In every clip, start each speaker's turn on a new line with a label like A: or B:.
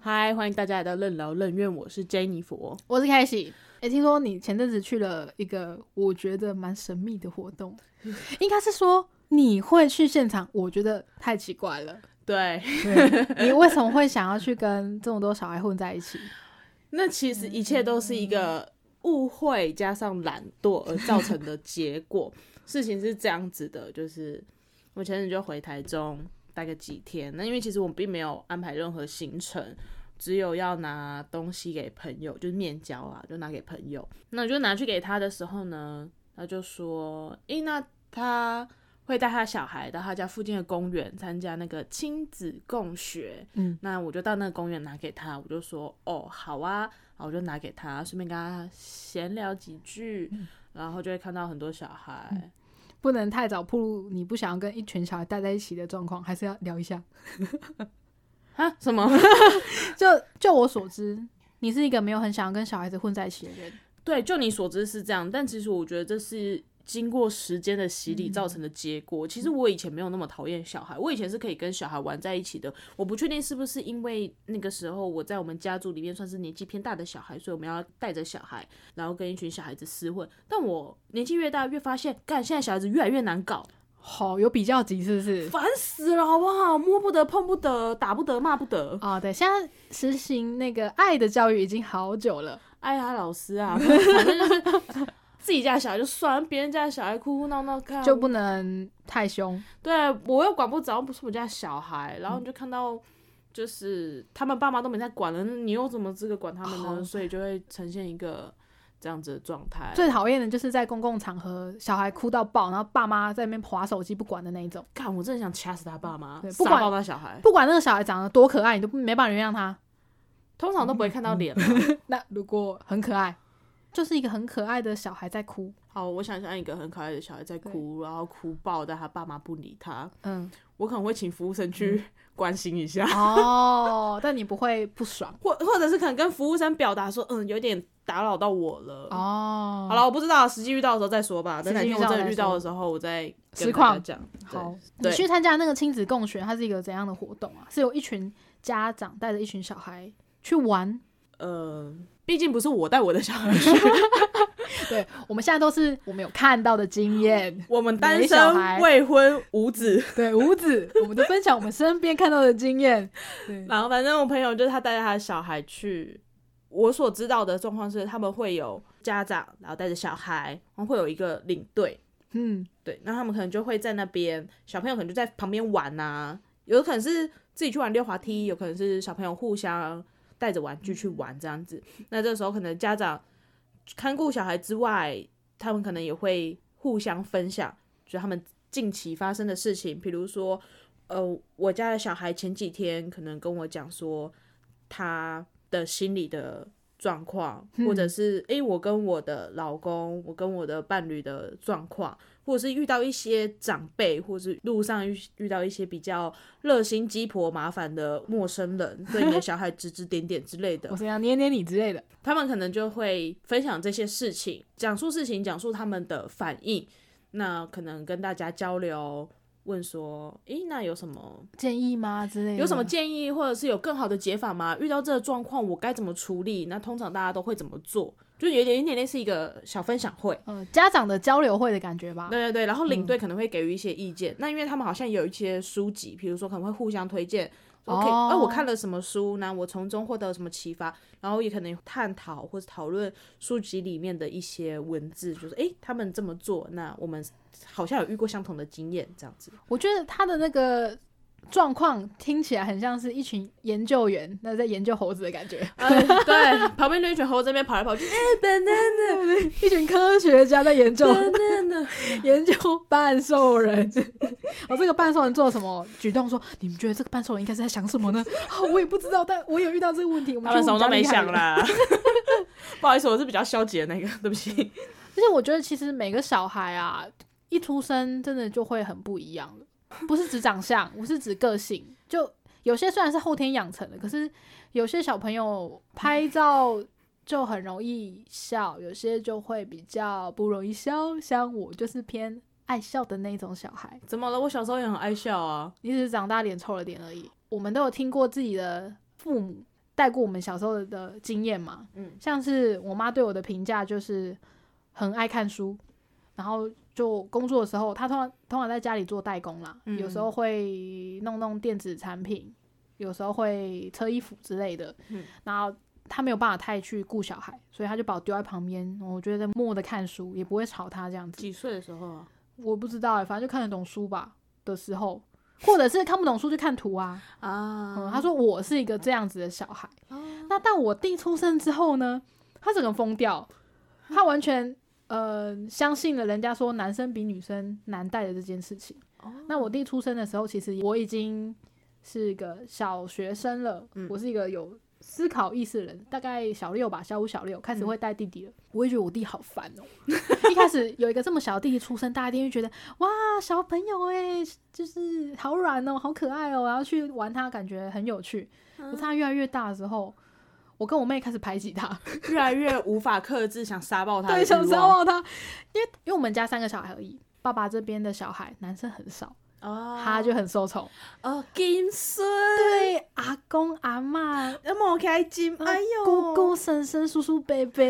A: 嗨，欢迎大家来到任劳任怨，我是 Jenny 佛。
B: 我是开喜。哎、听说你前阵子去了一个我觉得蛮神秘的活动，应该是说你会去现场，我觉得太奇怪 了。
A: 对，
B: 你为什么会想要去跟这么多小孩混在一起？
A: 那其实一切都是一个误会加上懒惰而造成的结果。事情是这样子的，就是我前阵就回台中待个几天，那因为其实我并没有安排任何行程。只有要拿东西给朋友，就是面交啊，就拿给朋友。那我就拿去给他的时候呢，他就说：“诶、那他会带他小孩到他家附近的公园参加那个亲子共学。”
B: 嗯，
A: 那我就到那个公园拿给他，我就说：“哦，好啊。”然后我就拿给他，顺便跟他闲聊几句，然后就会看到很多小孩。
B: 不能太早暴露你不想要跟一群小孩待在一起的状况，还是要聊一下。
A: 啊，什么？
B: 就就我所知，你是一个没有很想要跟小孩子混在一起的人。
A: 对，就你所知是这样，但其实我觉得这是经过时间的洗礼造成的结果。其实我以前没有那么讨厌小孩，我以前是可以跟小孩玩在一起的。我不确定是不是因为那个时候我在我们家族里面算是年纪偏大的小孩，所以我们要带着小孩，然后跟一群小孩子厮混。但我年纪越大，越发现，干现在小孩子越来越难搞，
B: 好、有比较级是不是？
A: 烦死了，好不好？摸不得，碰不得，打不得，骂不得。
B: 啊、对，现在实行那个爱的教育已经好久了。
A: 哎呀，老师 啊，反正就是自己家小孩就算了，别人家的小孩哭哭闹闹看
B: 就不能太凶。
A: 对我又管不着，又不是我家小孩，然后你就看到。就是他们爸妈都没在管了，那你又怎么资格管他们呢？
B: 好
A: 所以就会呈现一个这样子的状态。
B: 哦最讨厌的就是在公共场合，小孩哭到爆，然后爸妈在那边划手机不管的那一种。
A: 看，我真的想掐死他爸妈，
B: 对
A: 杀
B: 不管
A: 爆他小孩。
B: 不管那个小孩长得多可爱，你都没办法原谅他。
A: 通常都不会看到脸。
B: 嗯那如果很可爱，就是一个很可爱的小孩在哭，
A: 好，我想象一个很可爱的小孩在哭，然后哭爆，但他爸妈不理他，
B: 嗯，
A: 我可能会请服务生去关心一下，
B: 哦，但你不会不爽
A: 或或者是可能跟服务生表达说，嗯，有点打扰到我了。
B: 哦。
A: 好了，我不知道，实际遇到的时候再说吧。
B: 实
A: 等
B: 际
A: 哪天我
B: 遇到
A: 真的
B: 再
A: 遇到
B: 说
A: 的时候，我再跟
B: 实
A: 大家
B: 况
A: 讲。对
B: 好，你
A: 对
B: 去参加那个亲子共学，它是一个怎样的活动啊？是有一群家长带着一群小孩去玩。
A: 呃，毕竟不是我带我的小孩去，
B: 对，我们现在都是我们有看到的经验。
A: 我们单
B: 没小
A: 身
B: 孩
A: 未婚无子。
B: 对，五子，我们都分享我们身边看到的经验。对，
A: 然后反正我朋友就是他带着他的小孩去，我所知道的状况是他们会有家长，然后带着小孩，然后会有一个领队，
B: 嗯，
A: 对，那他们可能就会在那边，小朋友可能就在旁边玩呐、有可能是自己去玩溜滑梯，有可能是小朋友互相带着玩具去玩这样子。那这时候可能家长看顾小孩之外，他们可能也会互相分享，就他们近期发生的事情，比如说，呃，我家的小孩前几天可能跟我讲说他的心理的状况，或者是诶、我跟我的老公，我跟我的伴侣的状况，或者是遇到一些长辈，或是路上遇遇到一些比较热心、鸡婆、麻烦的陌生人，对你的小孩指指点点之类的
B: 我，是要捏捏你之类的。
A: 他们可能就会分享这些事情，讲述事情，讲述他们的反应，那可能跟大家交流，问说，诶，那有什么
B: 建议吗？之类的
A: 有什么建议，或者是有更好的解法吗？遇到这个状况，我该怎么处理？那通常大家都会怎么做？就有点有点类似一个小分享会。
B: 呃家长的交流会的感觉吧？
A: 对对对，然后领队可能会给予一些意见。那因为他们好像有一些书籍，比如说可能会互相推荐。OK，
B: 哦
A: 哦、我看了什么书呢？我从中获得了什么启发？然后也可能探讨或者讨论书籍里面的一些文字，就是诶，他们这么做，那我们好像有遇过相同的经验，这样子。
B: 我觉得他的那个状况听起来很像是一群研究员，那在研究猴子 的感觉，
A: 呃、对，旁边那群猴子在那边跑来跑 去，哎，banana
B: 一群科学家在研究
A: banana，
B: 研究半兽人。 哦，这个半兽人做了什么举动说？你们觉得这个半兽人应该是在想什么呢？啊、我也不知道，但我有遇到这个问题，我 们
A: 他们
B: 觉
A: 什
B: 得
A: 么
B: 我
A: 都
B: 比
A: 没
B: 较厉害
A: 想。啦。 不好意思，我是比较消极的那个，对不起。
B: 而且我觉得其实每个小孩啊，一出生真的就会很不一样了，不是指长相，我是指个性。就有些虽然是后天养成的，可是有些小朋友拍照就很容易笑，有些就会比较不容易笑。像我就是偏爱笑的那一种小孩，
A: 怎么了？我小时候也很爱笑啊。
B: 你只是长大脸臭了点而已。我们都有听过自己的父母带过我们小时候的经验嘛，
A: 嗯，
B: 像是我妈对我的评价就是很爱看书，然后就工作的时候，她通常通常在家里做代工啦，
A: 嗯
B: 有时候会弄弄电子产品，有时候会车衣服之类的，
A: 嗯
B: 然后。她没有办法太去顾小孩，所以她就把我丢在旁边，我就在默默的看书，也不会吵她这样子。
A: 几岁的时候啊？
B: 我不知道、欸，反正就看得懂书吧的时候，或者是看不懂书就看图啊。嗯，哦他
A: 啊，
B: 说我是一个这样子的小孩。
A: 啊
B: 那到我弟出生之后呢，他整个疯掉，他完全呃相信了人家说男生比女生难带的这件事情。
A: 哦
B: 那我弟出生的时候，其实我已经是个小学生了，
A: 嗯
B: 我是一个有思考意识的人，大概小六吧，小五小六开始
A: 嗯
B: 会带弟弟了。我也觉得我弟好烦哦、 一开始有一个这么小的弟弟出生，大家一定会觉得哇，小朋友哎、就是好软哦、好可爱哦、我要去玩他，感觉很有趣。可是他越来越大的时候，我跟我妹开始排挤他。
A: 越来越无法克制，想杀爆他的
B: 对，
A: 欲
B: 想杀
A: 望
B: 爆他，因为因为我们家三个小孩而已，爸爸这边的小孩男生很少，
A: 哦，
B: 他就很受宠。
A: 哦，金孙，
B: 对，阿公阿嬷，
A: 那么开金，哎呦，
B: 姑姑、婶婶、叔叔、伯伯，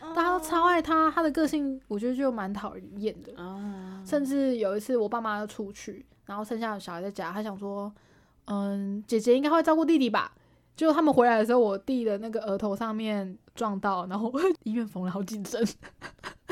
A: 哦，
B: 大家都超爱他。他的个性我觉得就蛮讨人厌的。
A: 啊，
B: 甚至有一次，我爸妈要出去，然后剩下的小孩在家，他想说，嗯，姐姐应该会照顾弟弟吧。结果他们回来的时候，我弟的那个额头上面撞到，然后 医院缝了好几针。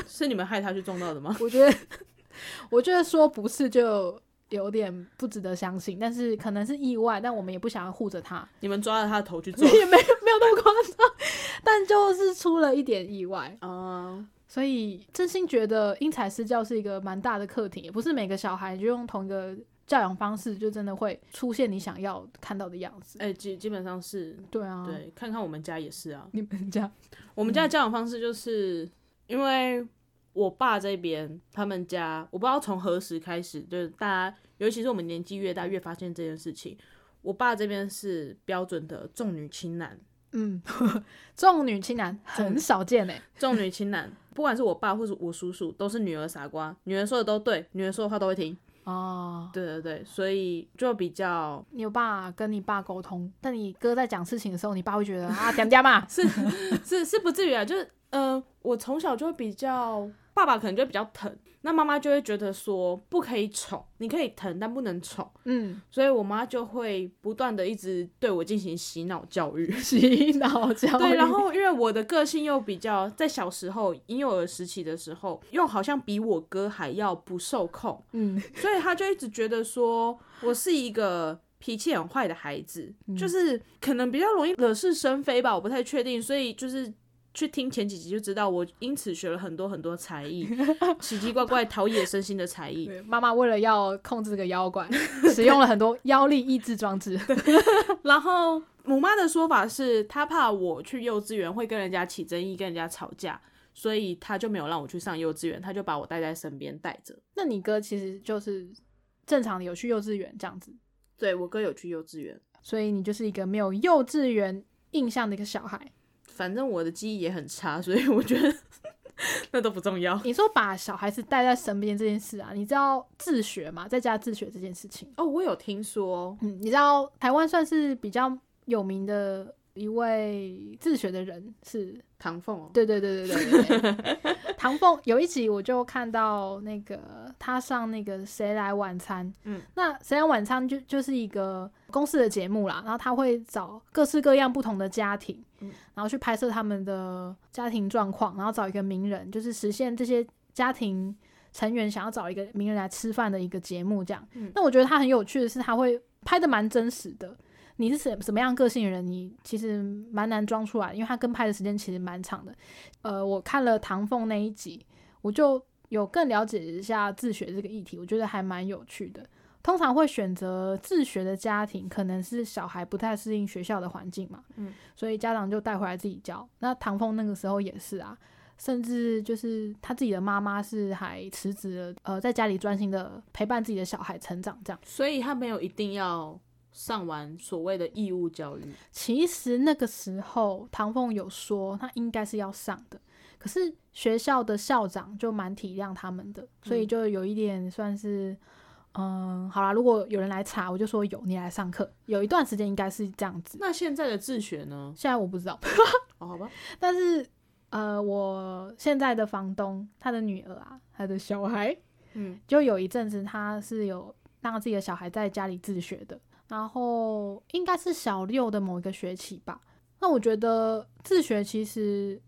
A: 是你们害他去撞到的 吗？
B: 我觉得， 我觉得说不是就有点不值得相信，但是可能是意外，但我们也不想要护着他，
A: 你们抓着他的头去
B: 也
A: 做
B: 没有没有那么夸张， 但就是出了一点意外。
A: 啊？
B: 所以真心觉得因材施教是一个蛮大的课题，也不是每个小孩就用同一个教养方式，就真的会出现你想要看到的样子。
A: 哎，基基本上是，
B: 对啊，
A: 对，看看我们家也是啊，
B: 你们家
A: 我们家的教养方式就是，因为我爸这边他们家，我不知道从何时开始，就是大家，尤其是我们年纪越大，越发现这件事情。我爸这边是标准的重女轻男，
B: 嗯，重女轻男很少见哎、
A: 重女轻男， 不管是我爸或是我叔叔，都是女儿傻瓜，女儿说的都对，女儿说的话都会听。
B: 哦，
A: 对对对，所以就比较
B: 你有爸跟你爸沟通，但你哥在讲事情的时候，你爸会觉得 啊，点点嘛，
A: 是是是不至于啊，就是呃，我从小就会比较，爸爸可能就会比较疼，那妈妈就会觉得说不可以宠，你可以疼但不能宠。
B: 嗯，。
A: 所以我妈就会不断的一直对我进行洗脑教育
B: 洗脑教 育，
A: 对，然后因为我的个性又比较在小时候婴幼儿时期的时候，又好像比我哥还要不受控，
B: 嗯，
A: 所以他就一直觉得说我是一个脾气很坏的孩子，就是可能比较容易惹是生非吧，我不太确定，所以就是。去听前几集就知道，我因此学了很多很多才艺，奇奇怪怪、陶冶身心的才艺。
B: 对嗯妈妈为了要控制这个 妖怪，使用了很多妖力抑制装置，
A: 然后母妈的说法是，她怕我去幼稚园会跟人家起争议，跟人家吵架，所以她就没有让我去上幼稚园，她就把我带在身边带着。
B: 那你哥其实就是正常的有去幼稚园这样子，
A: 对我哥有去幼稚园，
B: 所以你就是一个没有幼稚园印象的一个小孩。
A: 反正我的记忆也很差，所以我觉得 那都不重要。
B: 你说把小孩子带在身边这件事啊，你知道自学嘛，在家自学这件事情，
A: 哦，我有听说，
B: 嗯，你知道台湾算是比较有名的一位自学的人是
A: 唐凤哦，
B: 对对对对对对对 对。唐凤有一集我就看到那个他上那个《谁来晚餐》，
A: 嗯，
B: 那《谁来晚餐就》就是一个公司的节目啦，然后他会找各式各样不同的家庭，
A: 嗯
B: 然后去拍摄他们的家庭状况，然后找一个名人，就是实现这些家庭成员想要找一个名人来吃饭的一个节目这样。
A: 嗯
B: 那我觉得他很有趣的是，他会拍的蛮真实的。你是什什么样个性的人，你其实蛮难装出来，因为他跟拍的时间其实蛮长的。呃，我看了唐凤那一集，我就有更了解一下自学这个议题，我觉得还蛮有趣的。通常会选择自学的家庭，可能是小孩不太适应学校的环境嘛，
A: 嗯，
B: 所以家长就带回来自己教。那唐凤那个时候也是啊，甚至就是他自己的妈妈是还辞职了，呃，在家里专心的陪伴自己的小孩成长，这样。
A: 所以他没有一定要上完所谓的义务教育。
B: 其实那个时候，唐凤有说他应该是要上的，可是学校的校长就蛮体谅他们的，所以就有一点算是，嗯好啦，如果有人来查，我就说有你来上课。有一段时间应该是这样子，
A: 那现在的自学呢？
B: 现在我不知道，
A: 哦，好吧，
B: 但是呃，我现在的房东他的女儿啊，他的小孩，
A: 嗯，
B: 就有一阵子他是有让自己的小孩在家里自学的，然后应该是小六的某一个学期吧。那我觉得自学其实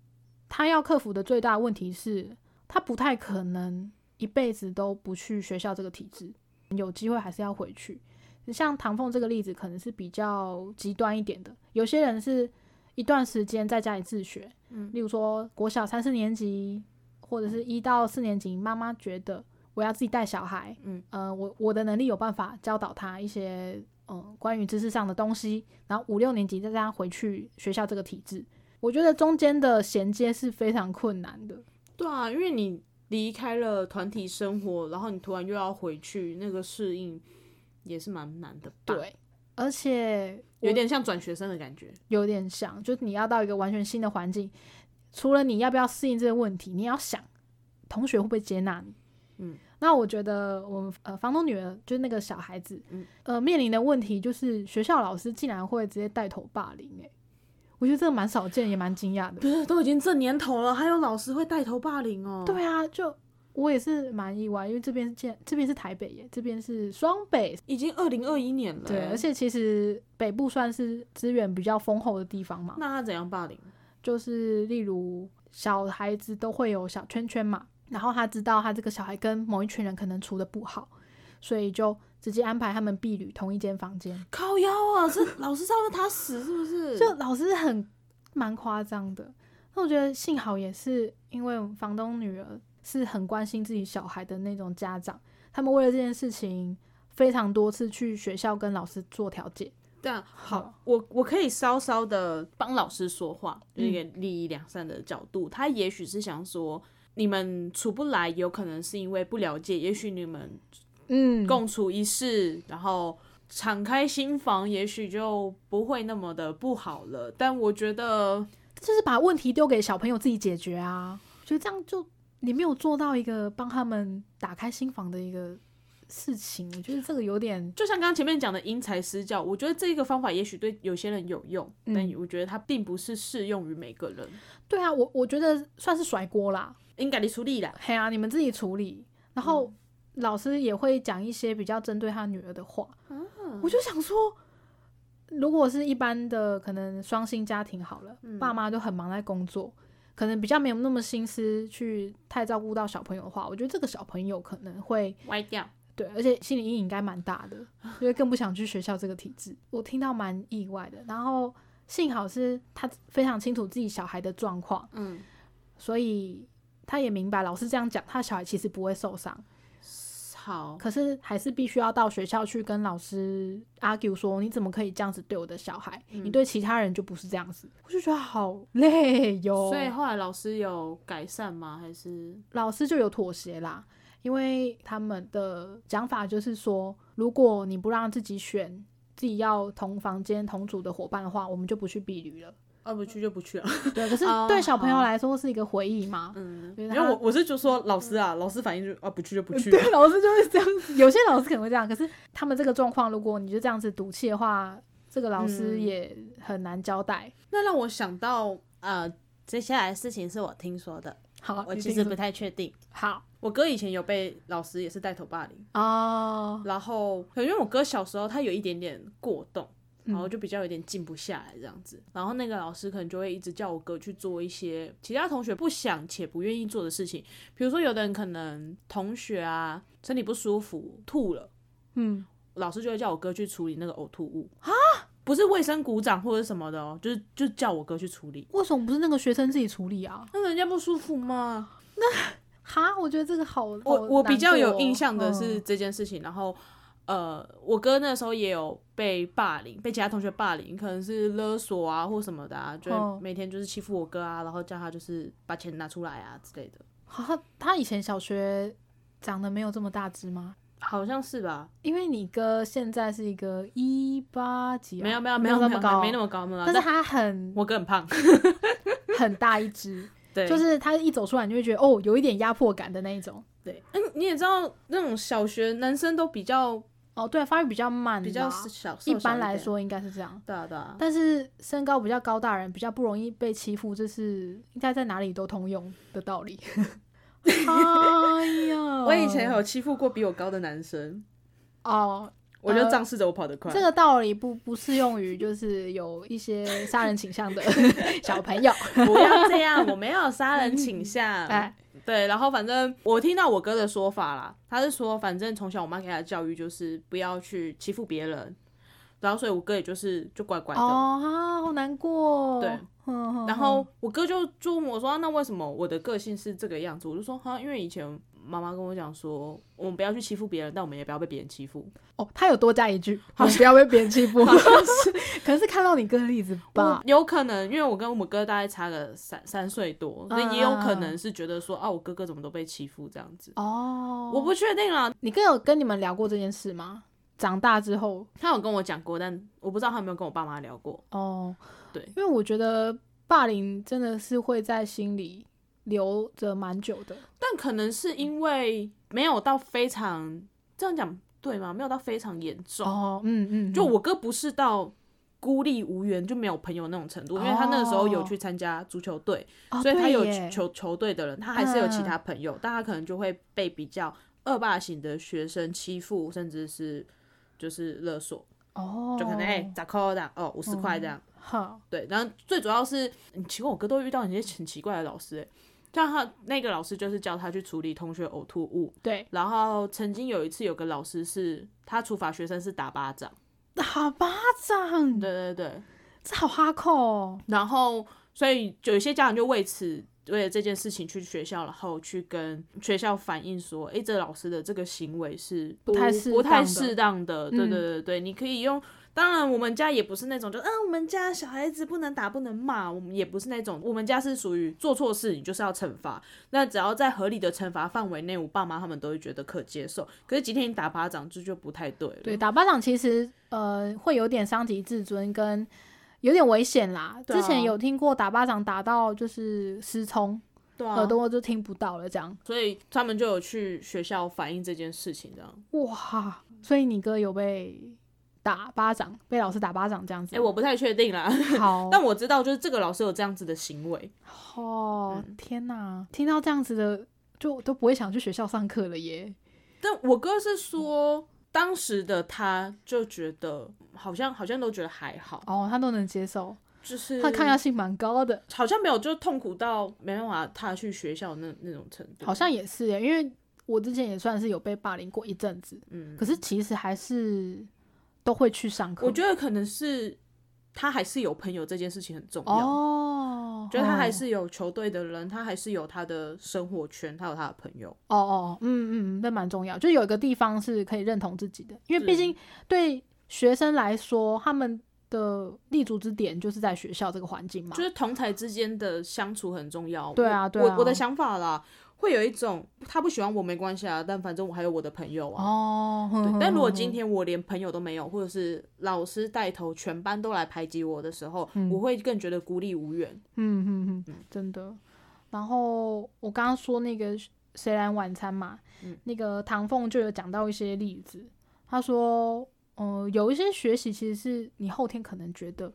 B: 他要克服的最大问题是，他不太可能一辈子都不去学校这个体制，有机会还是要回去。像唐凤这个例子可能是比较极端一点的，有些人是一段时间在家里自学，
A: 嗯
B: 例如说国小三四年级或者是一到四年级，妈妈觉得我要自己带小孩，
A: 嗯，
B: 呃，我我的能力有办法教导他一些嗯关于知识上的东西，然后五六年级再让他回去学校这个体制，我觉得中间的衔接是非常困难的。
A: 对啊，因为你离开了团体生活，然后你突然又要回去，那个适应也是蛮难的吧？，，
B: 而且我
A: 有点像转学生的感觉。
B: 有点像，就是你要到一个完全新的环境，除了你要不要适应这个问题，你也要想同学会不会接纳你。
A: 嗯，
B: 那我觉得我们呃房东女儿就是那个小孩子，
A: 嗯
B: 呃面临的问题就是学校老师竟然会直接带头霸凌、欸，我觉得这个蛮少见，也蛮惊讶的。
A: 不是，都已经这年头了，还有老师会带头霸凌哦。
B: 对啊，就我也是蛮意外，因为这边是建，这边是台北耶，这边是双北，
A: 已经二零二一年了欸，
B: 对，而且其实北部算是资源比较丰厚的地方嘛，
A: 那他怎样霸凌？
B: 就是例如小孩子都会有小圈圈嘛，然后他知道他这个小孩跟某一群人可能处的不好，所以就直接安排他们婢女同一间房间，
A: 靠腰啊！这老师上了他死是不是？
B: 就老师很蛮夸张的。那我觉得幸好也是因为房东女儿是很关心自己小孩的那种家长，他们为了这件事情非常多次去学校跟老师做调解。
A: 这样
B: 好
A: 好，我我可以稍稍的帮老师说话，
B: 嗯
A: 就是一个利益良善的角度。他也许是想说，你们处不来，有可能是因为不了解，也许你们
B: 嗯
A: 共处一室，然后敞开心房，也许就不会那么的不好了。但我觉得，
B: 就是把问题丢给小朋友自己解决啊。我觉得这样就你没有做到一个帮他们打开心房的一个事情，我觉得这个有点
A: 就像刚刚前面讲的因材施教，我觉得这个方法也许对有些人有用，
B: 嗯
A: 但我觉得它并不是适用于每个人。
B: 对啊，我我觉得算是甩锅啦。
A: 应该你出力啦，
B: 嘿啊，你们自己处理。然后老师也会讲一些比较针对他女儿的话，我就想说。如果是一般的可能双薪家庭好了，爸妈都很忙在工作，可能比较没有那么心思去太照顾到小朋友的话，我觉得这个小朋友可能会
A: 歪掉。
B: 对，而且心理阴影应该蛮大的，因为更不想去学校这个体制。我听到蛮意外的，然后幸好是他非常清楚自己小孩的状况，
A: 嗯，
B: 所以他也明白老师这样讲，他小孩其实不会受伤，
A: 好，
B: 可是还是必须要到学校去跟老师 argue 说，你怎么可以这样子对我的小孩？
A: 嗯
B: 你对其他人就不是这样子。我就觉得好累哦哟，
A: 所以后来老师有改善吗？还是
B: 老师就有妥协啦，因为他们的讲法就是说，如果你不让自己选自己要同房间同组的伙伴的话，我们就不去避旅了。
A: 啊不去就不去啊？
B: 对，可是
A: 哦
B: 对小朋友
A: 好
B: 来说是一个回忆 嘛。
A: 嗯，
B: 因
A: 因
B: 为
A: 为
B: 他
A: 我我是就说老师啊，老师反应就啊不去就不 去，
B: 对，老师就会这样子，有些老师可能会这样，可是他们这个状况，如果你就这样子赌气的话，这个老师
A: 嗯
B: 也很难交代。
A: 那让我想到呃，接下来的事情是我听说的，
B: 好，
A: 我
B: 哦你
A: 其
B: 听
A: 实
B: 说
A: 不太确定。
B: 好
A: 我哥以前有被老师也是带头霸凌，
B: 哦，
A: 然后可能因为我哥小时候他有一点点过动，
B: 嗯
A: 然后就比较有点静不下来这样子，然后那个老师可能就会一直叫我哥去做一些其他同学不想且不愿意做的事情，比如说有的人可能同学啊身体不舒服吐了。
B: 嗯，
A: 老师就会叫我哥去处理那个呕吐物啊，不是卫生股长或者什么的哦，就是就叫我哥去处理。
B: 为什么不是那个学生自己处理啊？
A: 那人家不舒服吗？
B: 哈，我觉得这个好，
A: 我
B: 好
A: 我比
B: 难
A: 较有
B: 过
A: 印象的
B: 哦
A: 是这件事情，然后呃，我哥那时候也有被霸凌，被其他同学霸凌，可能是勒索啊或什么的啊，就
B: 哦
A: 会每天就是欺负我哥啊，然后叫他就是把钱拿出来啊之类的。
B: 啊，他以前小学长得没有这么大只吗？
A: 好像是吧？
B: 因为你哥现在是一个一八几啊，
A: 没有没有
B: 没
A: 有
B: 那
A: 没
B: 么
A: 有
B: 高，
A: 没那么高，没那么高。
B: 但是他很
A: 我哥很胖，
B: 很大一只，
A: 对，
B: 就是他一走出来，你就会觉得哦，有一点压迫感的那一种。
A: 对。嗯，你也知道那种小学男生都比较
B: 哦，对，发育比较慢吧，
A: 比较小，瘦
B: 一
A: 小
B: 般来
A: 点，
B: 说应该是这样。
A: 对啊对啊，
B: 但是身高比较高大的人比较不容易被欺负，这是应该在哪里都通用的 道理。哎呀，
A: 我以前有欺负过比我高的男生，
B: 哦，
A: 我就仗势着我跑得快。
B: 这个道理不不适用于就是有一些杀人倾向的 小朋 友。
A: 不要这样，我没有杀人倾 向。
B: 哎，
A: 嗯对，然后反正我听到我哥的说法啦，他是说反正从小我妈给他的教育就是不要去欺负别人，然后所以我哥也就是就乖乖的。
B: 哦啊，好难过。哦嗯
A: 对
B: 哼，哼
A: 然后我哥就就问我说、啊那为什么我的个性是这个样子？我就说哈、因为以前妈妈跟我讲说，我们不要去欺负别人，但我们也不要被别人欺 负。
B: 哦，他有多加一句，好不要被别人欺负。可能是看到你哥的例子
A: 我。
B: 吧
A: 嗯有可能，因为我跟我哥大概差个三三岁多，所
B: 嗯
A: 以也有可能是觉得说啊，我哥哥怎么都被欺负这样子。
B: 哦，
A: 我不确定啦，
B: 你哥有跟你们聊过这件事吗？长大之后，
A: 他有跟我讲过，但我不知道他有没有跟我爸妈聊过。
B: 哦，
A: 对
B: 因为我觉得霸凌真的是会在心里留着蛮久的。
A: 但可能是因为没有到非常这样讲对吗？没有到非常严重，
B: 哦，嗯嗯，
A: 就
B: 嗯
A: 我哥不是到孤立无援就没有朋友那种程度，因为他那个时候有去参加足球队，
B: 哦
A: 所以他
B: 对
A: 有
B: 耶嗯
A: 球球队的人，他还是有其他朋友，但他可能就会被比较恶霸型的学生欺负，甚至是就是勒索，
B: 哦，
A: 就可能哎咋扣这样哦五十块这样，
B: 好
A: 对，然后最主要是，嗯奇怪，我哥都遇到一些很奇怪的老师、欸，像他那个老师就是教他去处理同学呕吐物，
B: 对
A: 然后曾经有一次有个老师是他处罚学生是打巴掌，
B: 打巴掌，
A: 对对对，
B: 这好哈扣哦。
A: 然后所以有一些家长就为此为了这件事情去学校，然后去跟学校反映说，诶，这老师的这个行为是
B: 不太适
A: 不太
B: 当的
A: 适当的，对
B: 嗯
A: 对对对，你可以用。当然，我们家也不是那种就嗯、我们家小孩子不能打不能骂，我们也不是那种，我们家是属于做错事你就是要惩罚，那只要在合理的惩罚范围内，我爸妈他们都会觉得可接受。可是今天你打巴掌，这就不太对了。
B: 对，打巴掌其实呃会有点伤及自尊，跟有点危险啦。
A: 对啊
B: 之前有听过打巴掌打到就是失聪，
A: 对啊
B: 耳，朵就听不到了这样。
A: 所以他们就有去学校反映这件事情，这样。
B: 哇，所以你哥有被打巴掌，被老师打巴掌这样子
A: 哎、
B: 吗？
A: 我不太确定啦，
B: 好，
A: 但我知道就是这个老师有这样子的行为。
B: 哦，天哪！听到这样子的，就都不会想去学校上课了耶。
A: 但我哥是说，当时的他就觉得好像好像都觉得还好，
B: 哦，他都能接受，
A: 就是
B: 他的抗压性蛮高的，
A: 好像没有就痛苦到没办法踏去学校那那种程度。
B: 好像也是耶。因为我之前也算是有被霸凌过一阵子，
A: 嗯，
B: 可是其实还是都会去上课。
A: 我觉得可能是他还是有朋友这件事情很重要。
B: 哦，
A: 觉得他还
B: 哦
A: 是有球队的人，他还是有他的生活圈，他有他的朋友。
B: 哦哦，嗯嗯，嗯，这蛮重要，就有一个地方是可以认同自己的，因为毕
A: 是
B: 竟对学生来说，他们的立足之点就是在学校这个环境嘛
A: 就。是同才之间的相处很重要。
B: 对啊
A: 我
B: 对啊
A: 我我的想法啦，会有一种他不喜欢我没关系啊，但反正我还有我的朋友啊。
B: 哦，哼
A: 对
B: 哼，
A: 但如果
B: 哼
A: 今
B: 哼
A: 天我连朋友都没有，或者是老师带头全班都来排挤我的时候，
B: 嗯
A: 我会更觉得孤立无援。
B: 嗯嗯嗯，真的。然后我刚刚说那个谁来晚餐嘛，
A: 嗯
B: 那个唐凤就有讲到一些例子，他说，嗯、有一些学习其实是你后天可能觉得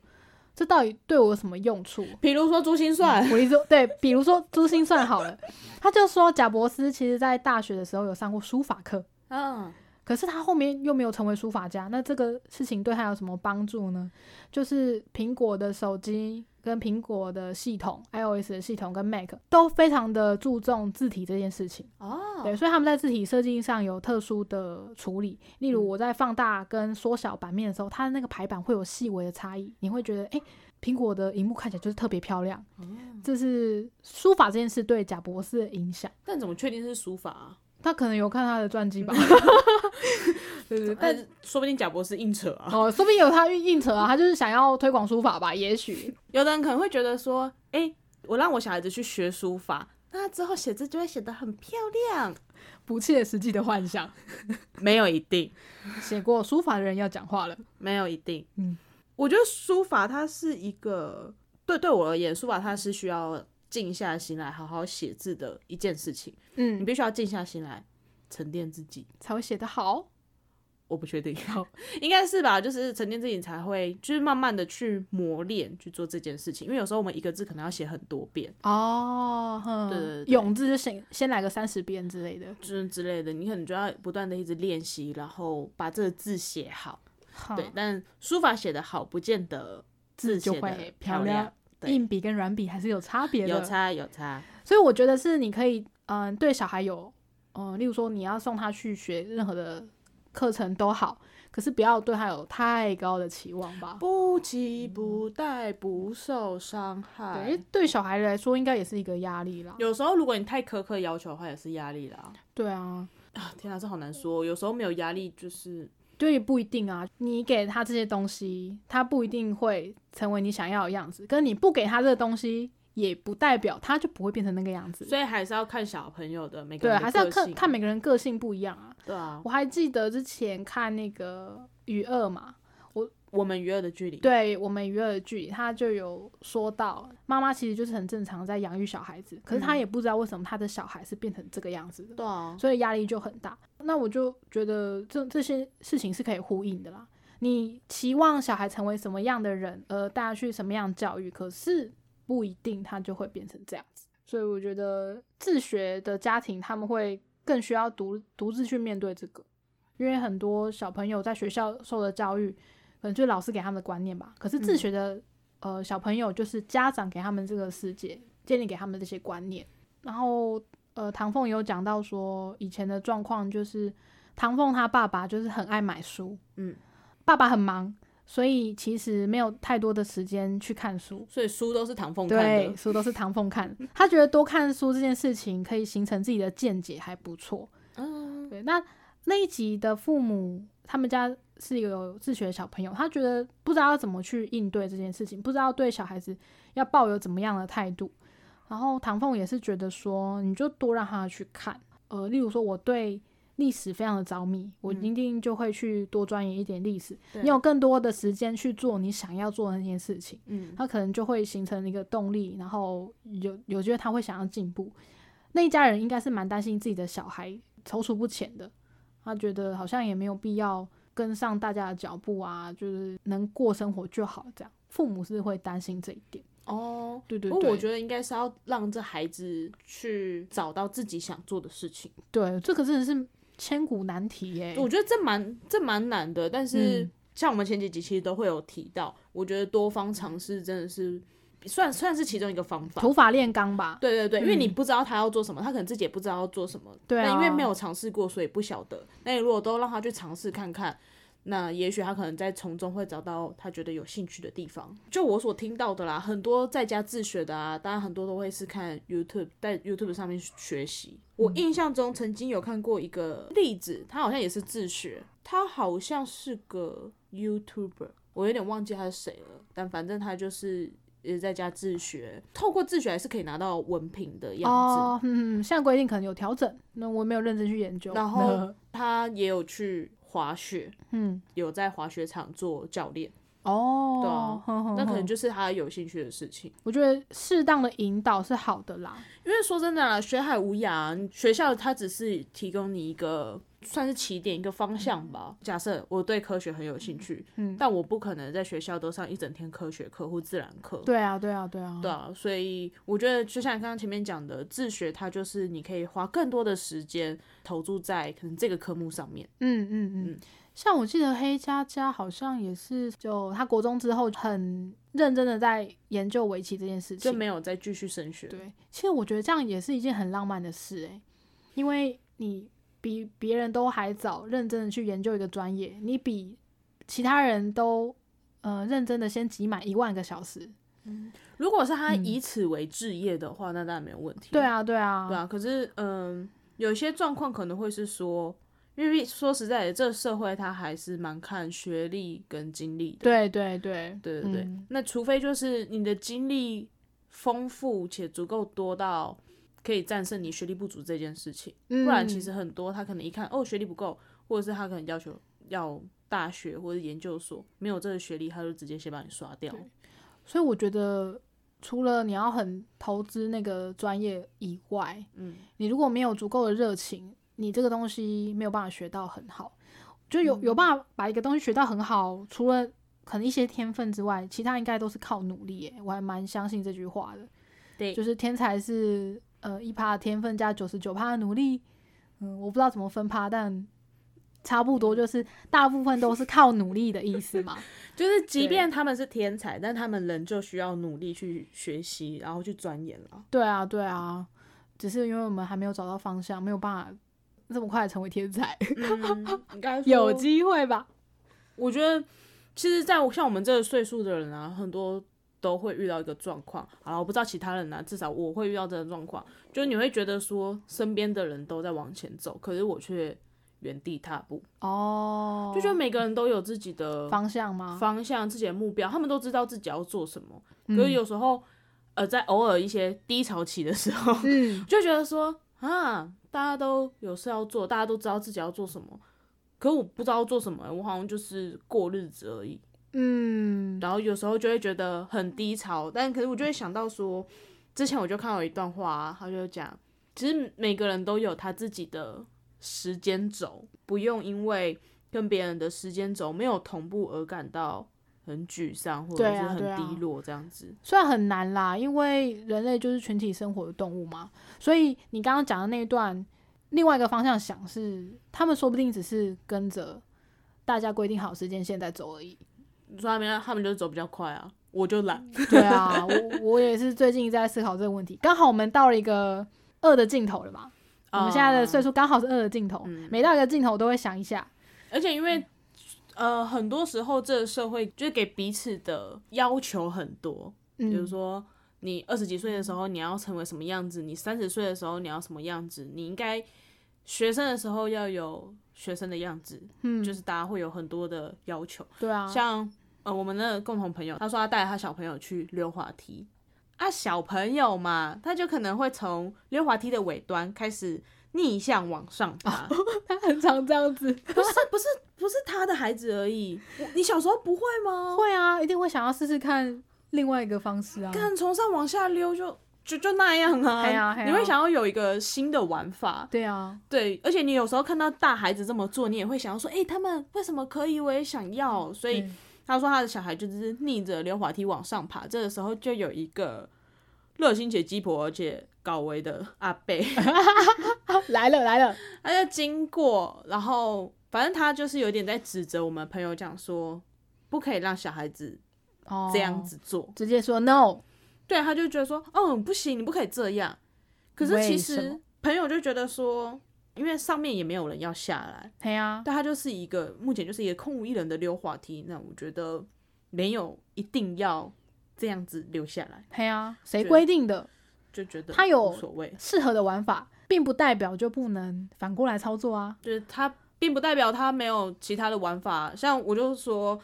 B: 这到底对我有什么用处，
A: 比如说珠心算，
B: 我一说对，比如说珠心算好了，他就说贾伯斯其实在大学的时候有上过书法课，
A: 嗯，
B: 可是他后面又没有成为书法家，那这个事情对他有什么帮助呢？就是苹果的手机跟苹果的系统，iOS 的系统跟 Mac 都非常的注重字体这件事情，
A: 哦，
B: 对，所以他们在字体设计上有特殊的处理。例如
A: 嗯
B: 我在放大跟缩小版面的时候，它的那个排版会有细微的差异，你会觉得诶，苹果的荧幕看起来就是特别漂亮。
A: 哦
B: 这是书法这件事对贾博士的影响。
A: 但怎么确定是书法啊？
B: 他可能有看他的传 记吧，对对，但
A: 但呃说不定贾博士硬扯啊。
B: 哦，说不定有他硬硬扯啊，他就是想要推广书法吧，也许
A: 有的人可能会觉得说，哎、我让我小孩子去学书法，那之后写字就会写得很漂亮。
B: 不切实际的幻想。
A: 没有一定，
B: 写过书法的人要讲话了，
A: 没有一定。
B: 嗯，
A: 我觉得书法它是一个，对对我而言，书法它是需要静下心来好好写字的一件事情。你
B: 嗯，
A: 必须要静下心来沉淀自己。
B: 才会写得好。
A: 我不确定
B: 好，
A: 应该是吧？就是沉淀自己才会，就是慢慢的去磨练去做这件事情。因为有时候我们一个字可能要写很多遍，
B: 哦，哼
A: 对对对
B: 永字就先先来个三十遍之类的。
A: 就是之类的，你可能就要不断的一直练习，然后把这个字写好。
B: 好
A: 对，但书法写得好，不见得字
B: 嗯就
A: 写
B: 会
A: 得
B: 漂
A: 漂
B: 亮
A: 亮。对
B: 硬笔跟软笔还是有差别的，
A: 有差有差，
B: 所以我觉得是你可以，嗯、对小孩有，嗯、例如说你要送他去学任何的课程都好，可是不要对他有太高的期望吧。
A: 不急不怠，不受伤
B: 对，
A: 害
B: 因为。对小孩来说应该也是一个压力啦。
A: 有时候如果你太苛刻要求的话，也是压力啦。
B: 对啊，
A: 啊，天啊，这好难说。有时候没有压力，就是
B: 对，也不一定啊。你给他这些东西，他不一定会成为你想要的样子，跟你不给他这个东西，也不代表他就不会变成那个样子。
A: 所以还是要看小朋友的每个
B: 对，
A: 人
B: 还
A: 的
B: 是要
A: 个
B: 看
A: 性。啊
B: 看每个人个性不一样啊。
A: 对啊，
B: 我还记得之前看那个《雨二》嘛，
A: 我们约的距离。
B: 对我们娱乐剧，他就有说到，妈妈其实就是很正常在养育小孩子，可是她
A: 嗯
B: 也不知道为什么她的小孩是变成这个样子的，
A: 对啊，
B: 所以压力就很大。那我就觉得这这些事情是可以呼应的啦。你期望小孩成为什么样的人，呃，大家去什么样的教育，可是不一定他就会变成这样子。所以我觉得自学的家庭他们会更需要独独自去面对这个，因为很多小朋友在学校受的教育，可能就是老师给他们的观念吧。可是自
A: 嗯
B: 学的、呃小朋友就是家长给他们这个世界建立给他们这些观念，然后呃，唐凤有讲到说，以前的状况就是唐凤他爸爸就是很爱买书，
A: 嗯，
B: 爸爸很忙，所以其实没有太多的时间去看书。
A: 所以书都是唐凤看
B: 对，
A: 的。
B: 书都是唐凤看，他觉得多看书这件事情可以形成自己的见解，还不错。
A: 嗯，
B: 对，那那一集的父母，他们家是一个有自学的小朋友，他觉得不知道要怎么去应对这件事情，不知道对小孩子要抱有怎么样的态度。然后唐凤也是觉得说，你就多让他去看，呃，例如说我对历史非常的着迷，我
A: 嗯
B: 一定就会去多钻研一点历史。
A: 对
B: 你有更多的时间去做你想要做的那件事情。
A: 嗯，
B: 他可能就会形成一个动力，然后有有觉得他会想要进步。那一家人应该是蛮担心自己的小孩踌躇不前的，他觉得好像也没有必要跟上大家的脚步啊，就是能过生活就好这样。父母是会担心这一点，
A: 哦。
B: 对对
A: 不
B: 对，
A: 过我觉得应该是要让这孩子去找到自己想做的事情。
B: 对这个真的是千古难题耶、
A: 我觉得这蛮这蛮难的，但是
B: 嗯
A: 像我们前几集其实都会有提到，我觉得多方尝试真的是算算是其中一个方法。
B: 土法炼钢吧，
A: 对对对，因为你
B: 嗯
A: 不知道他要做什么，他可能自己也不知道要做什么。
B: 对啊
A: 那因为没有尝试过，所以不晓得。那你如果都让他去尝试看看，那也许他可能在从中会找到他觉得有兴趣的地方。就我所听到的啦，很多在家自学的啊，当然很多都会是看 YouTube，在 YouTube 上面学习。我
B: 嗯
A: 印象中曾经有看过一个例子，他好像也是自学，他好像是个 YouTuber，我有点忘记他是谁了，但反正他就是。也是在家自学，透过自学还是可以拿到文凭的样子。
B: 哦，嗯，现在规定可能有调整，那我没有认真去研究。
A: 然后，他也有去滑雪，
B: 嗯，
A: 有在滑雪场做教练，
B: 哦，
A: 对啊
B: 哼哼
A: 那可
B: 哼
A: 能就是他有兴趣的事情。
B: 我觉得适当的引导是好的啦。
A: 因为说真的啦，学海无涯，学校它只是提供你一个算是起点一个方向吧。假设我对科学很有兴趣，
B: 嗯
A: 但我不可能在学校都上一整天科学课或自然课，
B: 对啊，对啊，对啊，
A: 对啊，所以我觉得就像刚刚前面讲的，自学它就是你可以花更多的时间投注在可能这个科目上面。
B: 嗯嗯嗯
A: 嗯。
B: 像我记得黑佳佳好像也是，就她国中之后很认真的在研究围棋这件事
A: 就
B: 情。
A: 没有再继续升学，
B: 对，其实我觉得这样也是一件很浪漫的事诶、因为你比别人都还早认真的去研究一个专业，你比其他人都呃认真的先挤满一万个小时。
A: 如果是他
B: 嗯
A: 以此为置业的话，那当然没有问题。
B: 对，啊，对啊，
A: 对啊。可是，嗯，有些状况可能会是说，因为说实在的，这社会它还是蛮看学历跟经历的。
B: 对对对
A: 对对对，
B: 嗯
A: 那除非就是你的经历丰富且足够多到可以战胜你学历不足这件事情。
B: 嗯
A: 不然其实很多他可能一看哦学历不够，或者是他可能要求要大学或者研究所，没有这个学历，他就直接先把你刷掉。
B: 所以我觉得，除了你要很投资那个专业以外，
A: 嗯，
B: 你如果没有足够的热情，你这个东西没有办法学到很好。就
A: 嗯
B: 有有办法把一个东西学到很好，除了可能一些天分之外，其他应该都是靠努力耶。我还蛮相信这句话的。
A: 对
B: 就是天才是呃一趴的天分加九十九趴的努力。嗯，我不知道怎么分趴，但差不多就是大部分都是靠努力的意思嘛。
A: 就是即便他们是天才，但他们仍旧需要努力去学习，然后去钻研了。
B: 对啊，对啊，只是因为我们还没有找到方向，没有办法这么快地成为天才，
A: 嗯，应 该说
B: 有机会吧？
A: 我觉得，其实在我像我们这个岁数的人啊，很多都会遇到一个状况。好了，我不知道其他人啊，至少我会遇到这个状况，就是你会觉得说身边的人都在往前走，可是我却原地踏步，
B: 哦，
A: 就觉得每个人都有自己的
B: 方向吗？
A: 方向、自己的目标，他们都知道自己要做什么，可是
B: 嗯
A: 有时候，呃，在偶尔一些低潮期的时候，
B: 嗯，
A: 就觉得说啊，大家都有事要做，大家都知道自己要做什么，可我不知道做什么、欸我好像就是过日子而已。
B: 嗯，
A: 然后有时候就会觉得很低潮，但可是我就会想到说，之前我就看到一段话、啊，他就讲，其实每个人都有他自己的时间轴，不用因为跟别人的时间轴没有同步而感到很沮丧或者
B: 对
A: 是
B: 啊
A: 很
B: 对啊
A: 低落这样子。
B: 虽然很难啦，因为人类就是群体生活的动物嘛，所以你刚刚讲的那一段，另外一个方向想是，他们说不定只是跟着大家规定好时间线在走 而已。
A: 所以他们他们就走比较快啊，我就懒。
B: 对啊，我我也是最近在思考这个问题。刚好我们到了一个二的尽头了吧？嗯我们现在的岁
A: 数，
B: 数刚好是二的尽头，
A: 嗯
B: 每到一个尽头都会想一下。
A: 而且因为。
B: 嗯
A: 呃，很多时候这个社会就是给彼此的要求很多，
B: 嗯，
A: 比如说你二十几岁的时候你要成为什么样子，你三十岁的时候你要什么样子，你应该学生的时候要有学生的样子，
B: 嗯，
A: 就是大家会有很多的要求。
B: 对啊，
A: 像呃，我们的共同朋友，他说他带他小朋友去溜滑梯，啊，小朋友嘛，他就可能会从溜滑梯的尾端开始逆向往上
B: 啊
A: 爬，
B: 他很常这样子，
A: 不是不是不是他的孩子而已，我你小时候不会吗？
B: 会啊，一定会想要试试看另外一个方式啊。
A: 看从上往下溜就就就那样啊，
B: 嘿啊嘿啊
A: 你会想要有一个新的玩法，
B: 对啊，
A: 对，而且你有时候看到大孩子这么做，你也会想要说，诶，他们为什么可以，我也想要。所以
B: 对
A: 他说他的小孩就是逆着溜滑梯往上爬，这个时候就有一个热心且鸡婆而且搞维的阿贝，
B: 啊来了来了，
A: 他就经过，然后反正他就是有点在指责我们朋友讲说，不可以让小孩子
B: 哦，
A: 这样子做。
B: 直接说 no，
A: 对，他就觉得说，嗯，不行，你不可以这样。可是其
B: 为什
A: 实
B: 么
A: 朋友就觉得说，因为上面也没有人要下来，
B: 对啊，
A: 但他就是一个目前就是一个空无一人的溜滑梯，那我觉得没有一定要这样子留下来，
B: 对啊，谁
A: 对
B: 规定的？
A: 就觉得
B: 他有
A: 无所谓，
B: 适合的玩法，并不代表就不能反过来操作啊。
A: 就是他并不代表他没有其他的玩法。像我就说，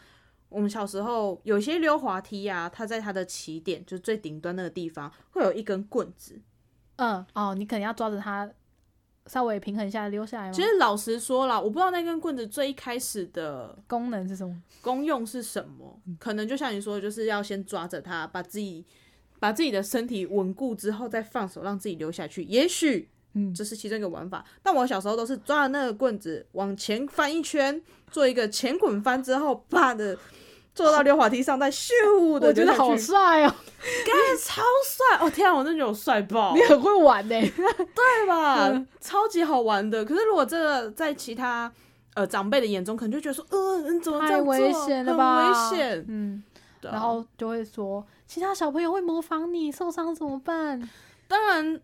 A: 我们小时候有些溜滑梯啊，它在它的起点，就是最顶端那个地方，会有一根棍子，
B: 嗯，哦，你可能要抓着它，稍微平衡一下，溜下来吗？
A: 其实老实说啦，我不知道那根棍子最一开始的
B: 功能是什么？
A: 功用是什么，
B: 嗯
A: 可能就像你说的，就是要先抓着它，把自己把自己的身体稳固之后再放手，让自己流下去。也许
B: 嗯，
A: 这是其中一个玩法，但我小时候都是抓着那个棍子往前翻一圈，做一个前滚翻之后，啪的。坐到溜滑梯上，再咻的
B: 我觉
A: 流
B: 得
A: 下去，
B: 好帅哦，
A: 干超帅！哦天啊，我真的觉得我帅爆！
B: 你很会 玩欸呢、
A: 对吧？超级好玩的。可是如果这个在其他呃长辈的眼中，可能就觉得说，嗯、你怎么这
B: 太
A: 样做
B: 危险了吧？
A: 很危险。
B: 嗯，
A: 对啊
B: 然后就会说，其他小朋友会模仿你，受伤怎么办？
A: 当然，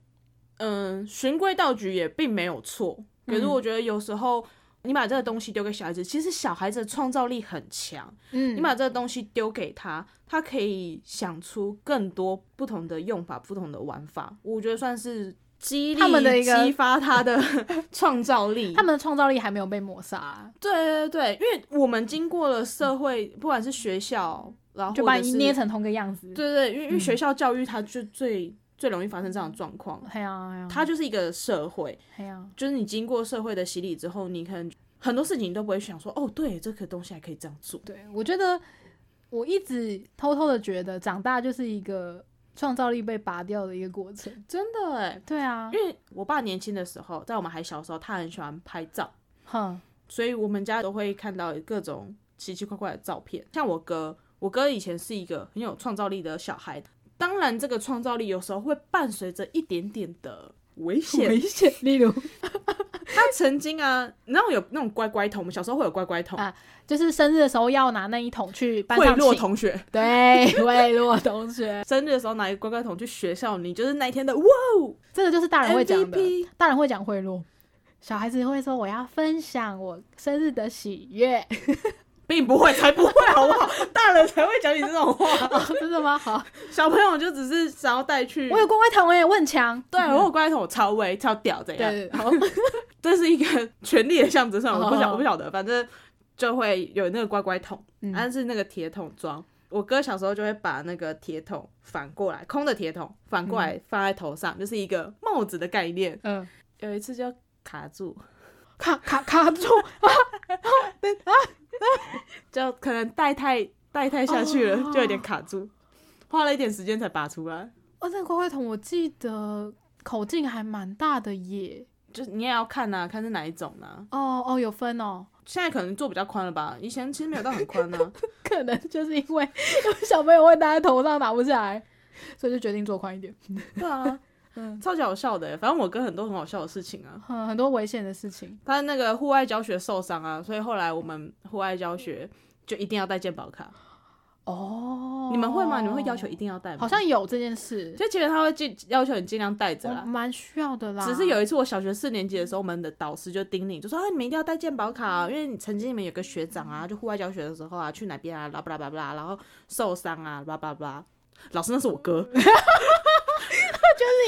A: 嗯、循规蹈矩也并没有错。可是
B: 嗯
A: 我觉得有时候。你把这个东西丢给小孩子，其实小孩子的创造力很强。
B: 嗯，
A: 你把这个东西丢给他，他可以想出更多不同的用法、不同的玩法。我觉得算是激励
B: 他们的一个
A: 激发他的 创造力。
B: 他们的创造力还没有被抹杀啊、
A: 对对对，因为我们经过了社会，不管是学校，然后
B: 就
A: 或
B: 把
A: 者
B: 你嗯
A: 是
B: 捏成同个样子。
A: 对对，因为因为学校教育它就最最容易发生这样的状况。
B: 嘿呀嘿呀，啊
A: 它就是一个社会，
B: 嘿啊呀，
A: 就是你经过社会的洗礼之后，你可能很多事情你都不会想说，哦，对，这个东西还可以这样做。
B: 对我觉得我一直偷偷的觉得，长大就是一个创造力被拔掉的一个过程。
A: 真的哎，
B: 对啊，
A: 因为我爸年轻的时候，在我们还小的时候，他很喜欢拍照，
B: 哼，
A: 所以我们家都会看到各种奇奇怪怪的照片。像我哥，我哥以前是一个很有创造力的小孩，当然这个创造力有时候会伴随着一点点的危险。
B: 危险，例 如
A: 他曾经啊，你知道有那种乖乖桶，我们小时候会有乖乖桶，
B: 啊就是生日的时候要拿那一桶去班
A: 贿
B: 上
A: 赂
B: 请，
A: 同学。
B: 对，贿赂同学，
A: 生日的时候拿一个乖乖桶去学校，你就是那一天的哇哦
B: 这个就是大人会讲的，
A: MVP。
B: 大人会讲贿赂。小孩子会说：“我要分享我生日的喜悦。
A: 并不会，才不会好不好？ 大人才会讲你这种话，
B: 哦”真的吗？好，
A: 小朋友就只是想要带去。
B: 我有光辉桶哎，我很强。
A: 对，我有乖乖桶，我超威，超屌，怎样？
B: 对，好，
A: 这是一个权力的象征上，我不晓
B: 哦
A: 我不晓得，反正就会有那个乖乖桶，
B: 嗯
A: 但是那个铁桶装。我哥小时候就会把那个铁桶反过来，空的铁桶反过来放在头上，就是一个帽子的概念。
B: 嗯，
A: 有一次就卡住，
B: 卡卡卡住，
A: 就可能带太带太下去了，
B: 哦
A: 就有点卡住，花了一点时间才拔出来。
B: 哦，那个乖乖桶我记得口径还蛮大的耶。
A: 就是你也要看呐、看是哪一种呐、
B: 哦哦，有分哦，
A: 现在可能做比较宽了吧，以前其实没有到很宽啊 呢、
B: 可能就是因为 小朋友会搭在头上拿不下来，所以就决定做宽一点。
A: 对啊，
B: 嗯，
A: 超级好笑的欸。反正我哥很多很好笑的事情啊，
B: 很很多危险的事情。
A: 他那个户外教学受伤啊，所以后来我们户外教学就一定要带健保卡。
B: 哦，
A: 你们会吗？你们会要求一定要带吗？
B: 好像嗯有这件事，
A: 就其实他会尽要求你尽量带着
B: 我
A: 啦。
B: 蛮需要的啦。
A: 只是有一次，我小学四年级的时候，我们的导师就叮咛，就说啊，你们一定要带健保卡、啊因为你曾经你们有个学长啊，就户外教学的时候啊，去哪边啊，啦巴拉巴拉，然后受伤啊，巴拉巴拉。老师，那是我哥，就是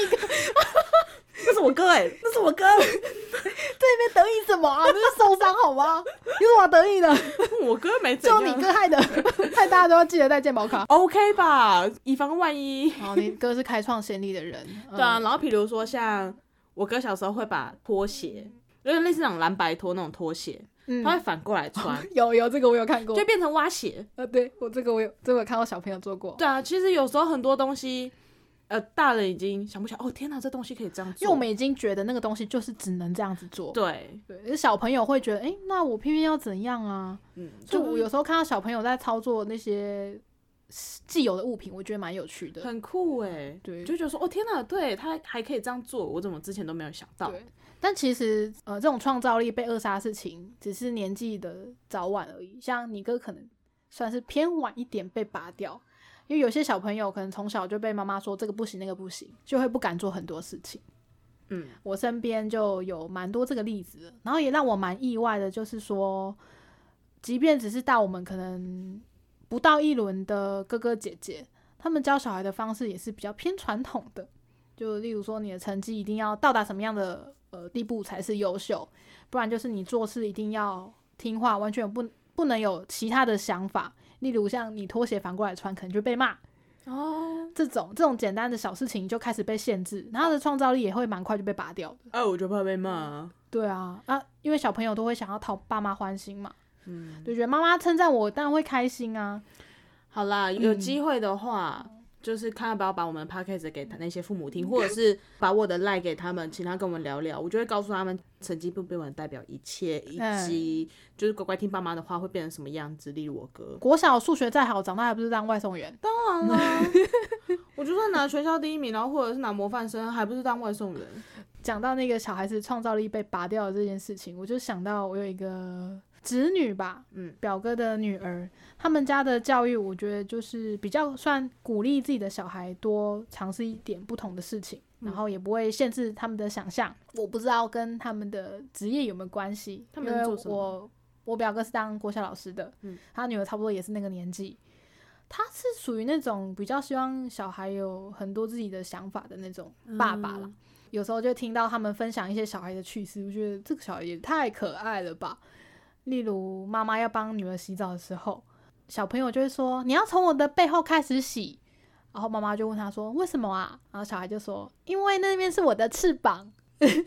A: 一个，那是我哥哎、那是我哥，
B: 这边得意什么啊？这是受伤好吗？有什么得 意的？
A: 我哥 没怎
B: 就
A: 样，
B: 你哥害的， 害大家都要记得带健保卡。
A: OK 吧，以防万一。
B: 哦，你哥是开创先例的 人，嗯
A: 对啊，，然后比如说像我哥小时候会把拖鞋，就是类似那种蓝白拖那种拖鞋，
B: 嗯
A: 他会反过来穿，
B: 有有这个我有看过
A: 就，变成蛙鞋。
B: 呃，对我这个我有，这个我看到小朋友做过，
A: 对啊，其实有时候很多东西，呃，大人已经想不起来。哦，天哪，这东西可以这样做。
B: 因为我们已经觉得那个东西就是只能这样子做。
A: 对，
B: 对，小朋友会觉得，哎、那我偏偏要怎样啊？
A: 嗯，
B: 就我有时候看到小朋友在操作那些既有的物品，我觉得蛮有趣的。
A: 很酷哎，
B: 对
A: 就觉得说，哦，天哪，对他还可以这样做，我怎么之前都没有想到？
B: 对，但其实呃，这种创造力被扼杀的事情，只是年纪的早晚而已。像你哥可能算是偏晚一点被拔掉，因为有些小朋友可能从小就被妈妈说这个不行那个不行，就会不敢做很多事情。
A: 嗯，
B: 我身边就有蛮多这个例子的，然后也让我蛮意外的，就是说，即便只是大我们可能不到一轮的哥哥姐姐，他们教小孩的方式也是比较偏传统的，就例如说你的成绩一定要到达什么样的呃地步才是优秀，不然就是你做事一定要听话，完全不不能有其他的想法，例如像你拖鞋反过来穿，可能就被骂。
A: 哦，
B: 这种这种简单的小事情就开始被限制，然后他的创造力也会蛮快就被拔掉的。
A: 哎，我就怕被骂啊。
B: 对啊，啊，因为小朋友都会想要讨爸妈欢心嘛，
A: 嗯，
B: 就觉得妈妈称赞我，当然会开心啊。
A: 好啦，
B: 嗯
A: 有机会的话。就是看要不要把我们的 podcast 给他那些父母听，或者是把我的赖给他们，请他跟我们聊聊。我就会告诉他们，成绩不不能代表一切，以
B: 嗯
A: 及就是乖乖听爸妈的话会变成什么样子。例如我哥，
B: 国小数学再好，长大还不是当外送员？
A: 当然啦， 我就算拿全校第一名，然后或者是拿模范生，还不是当外送人？
B: 讲到那个小孩子创造力被拔掉的这件事情，我就想到我有一个侄女吧，
A: 嗯，
B: 表哥的女儿，他们家的教育，我觉得就是比较算鼓励自己的小孩多尝试一点不同的事情，
A: 嗯
B: 然后也不会限制他们的想象。我不知道跟他们的职业有没有关系，
A: 他们
B: 因为
A: 做什么
B: 我我表哥是当国小老师的，
A: 嗯，
B: 他女儿差不多也是那个年纪。他是属于那种比较希望小孩有很多自己的想法的那种爸爸啦，
A: 嗯
B: 有时候就听到他们分享一些小孩的趣事，我觉得这个小孩也太可爱了吧。例如，妈妈要帮女儿洗澡的时候，小朋友就会说：“你要从我的背后开始洗。”然后妈妈就问他说：“为什么啊？”然后小孩就说：“因为那边是我的翅膀。” 就是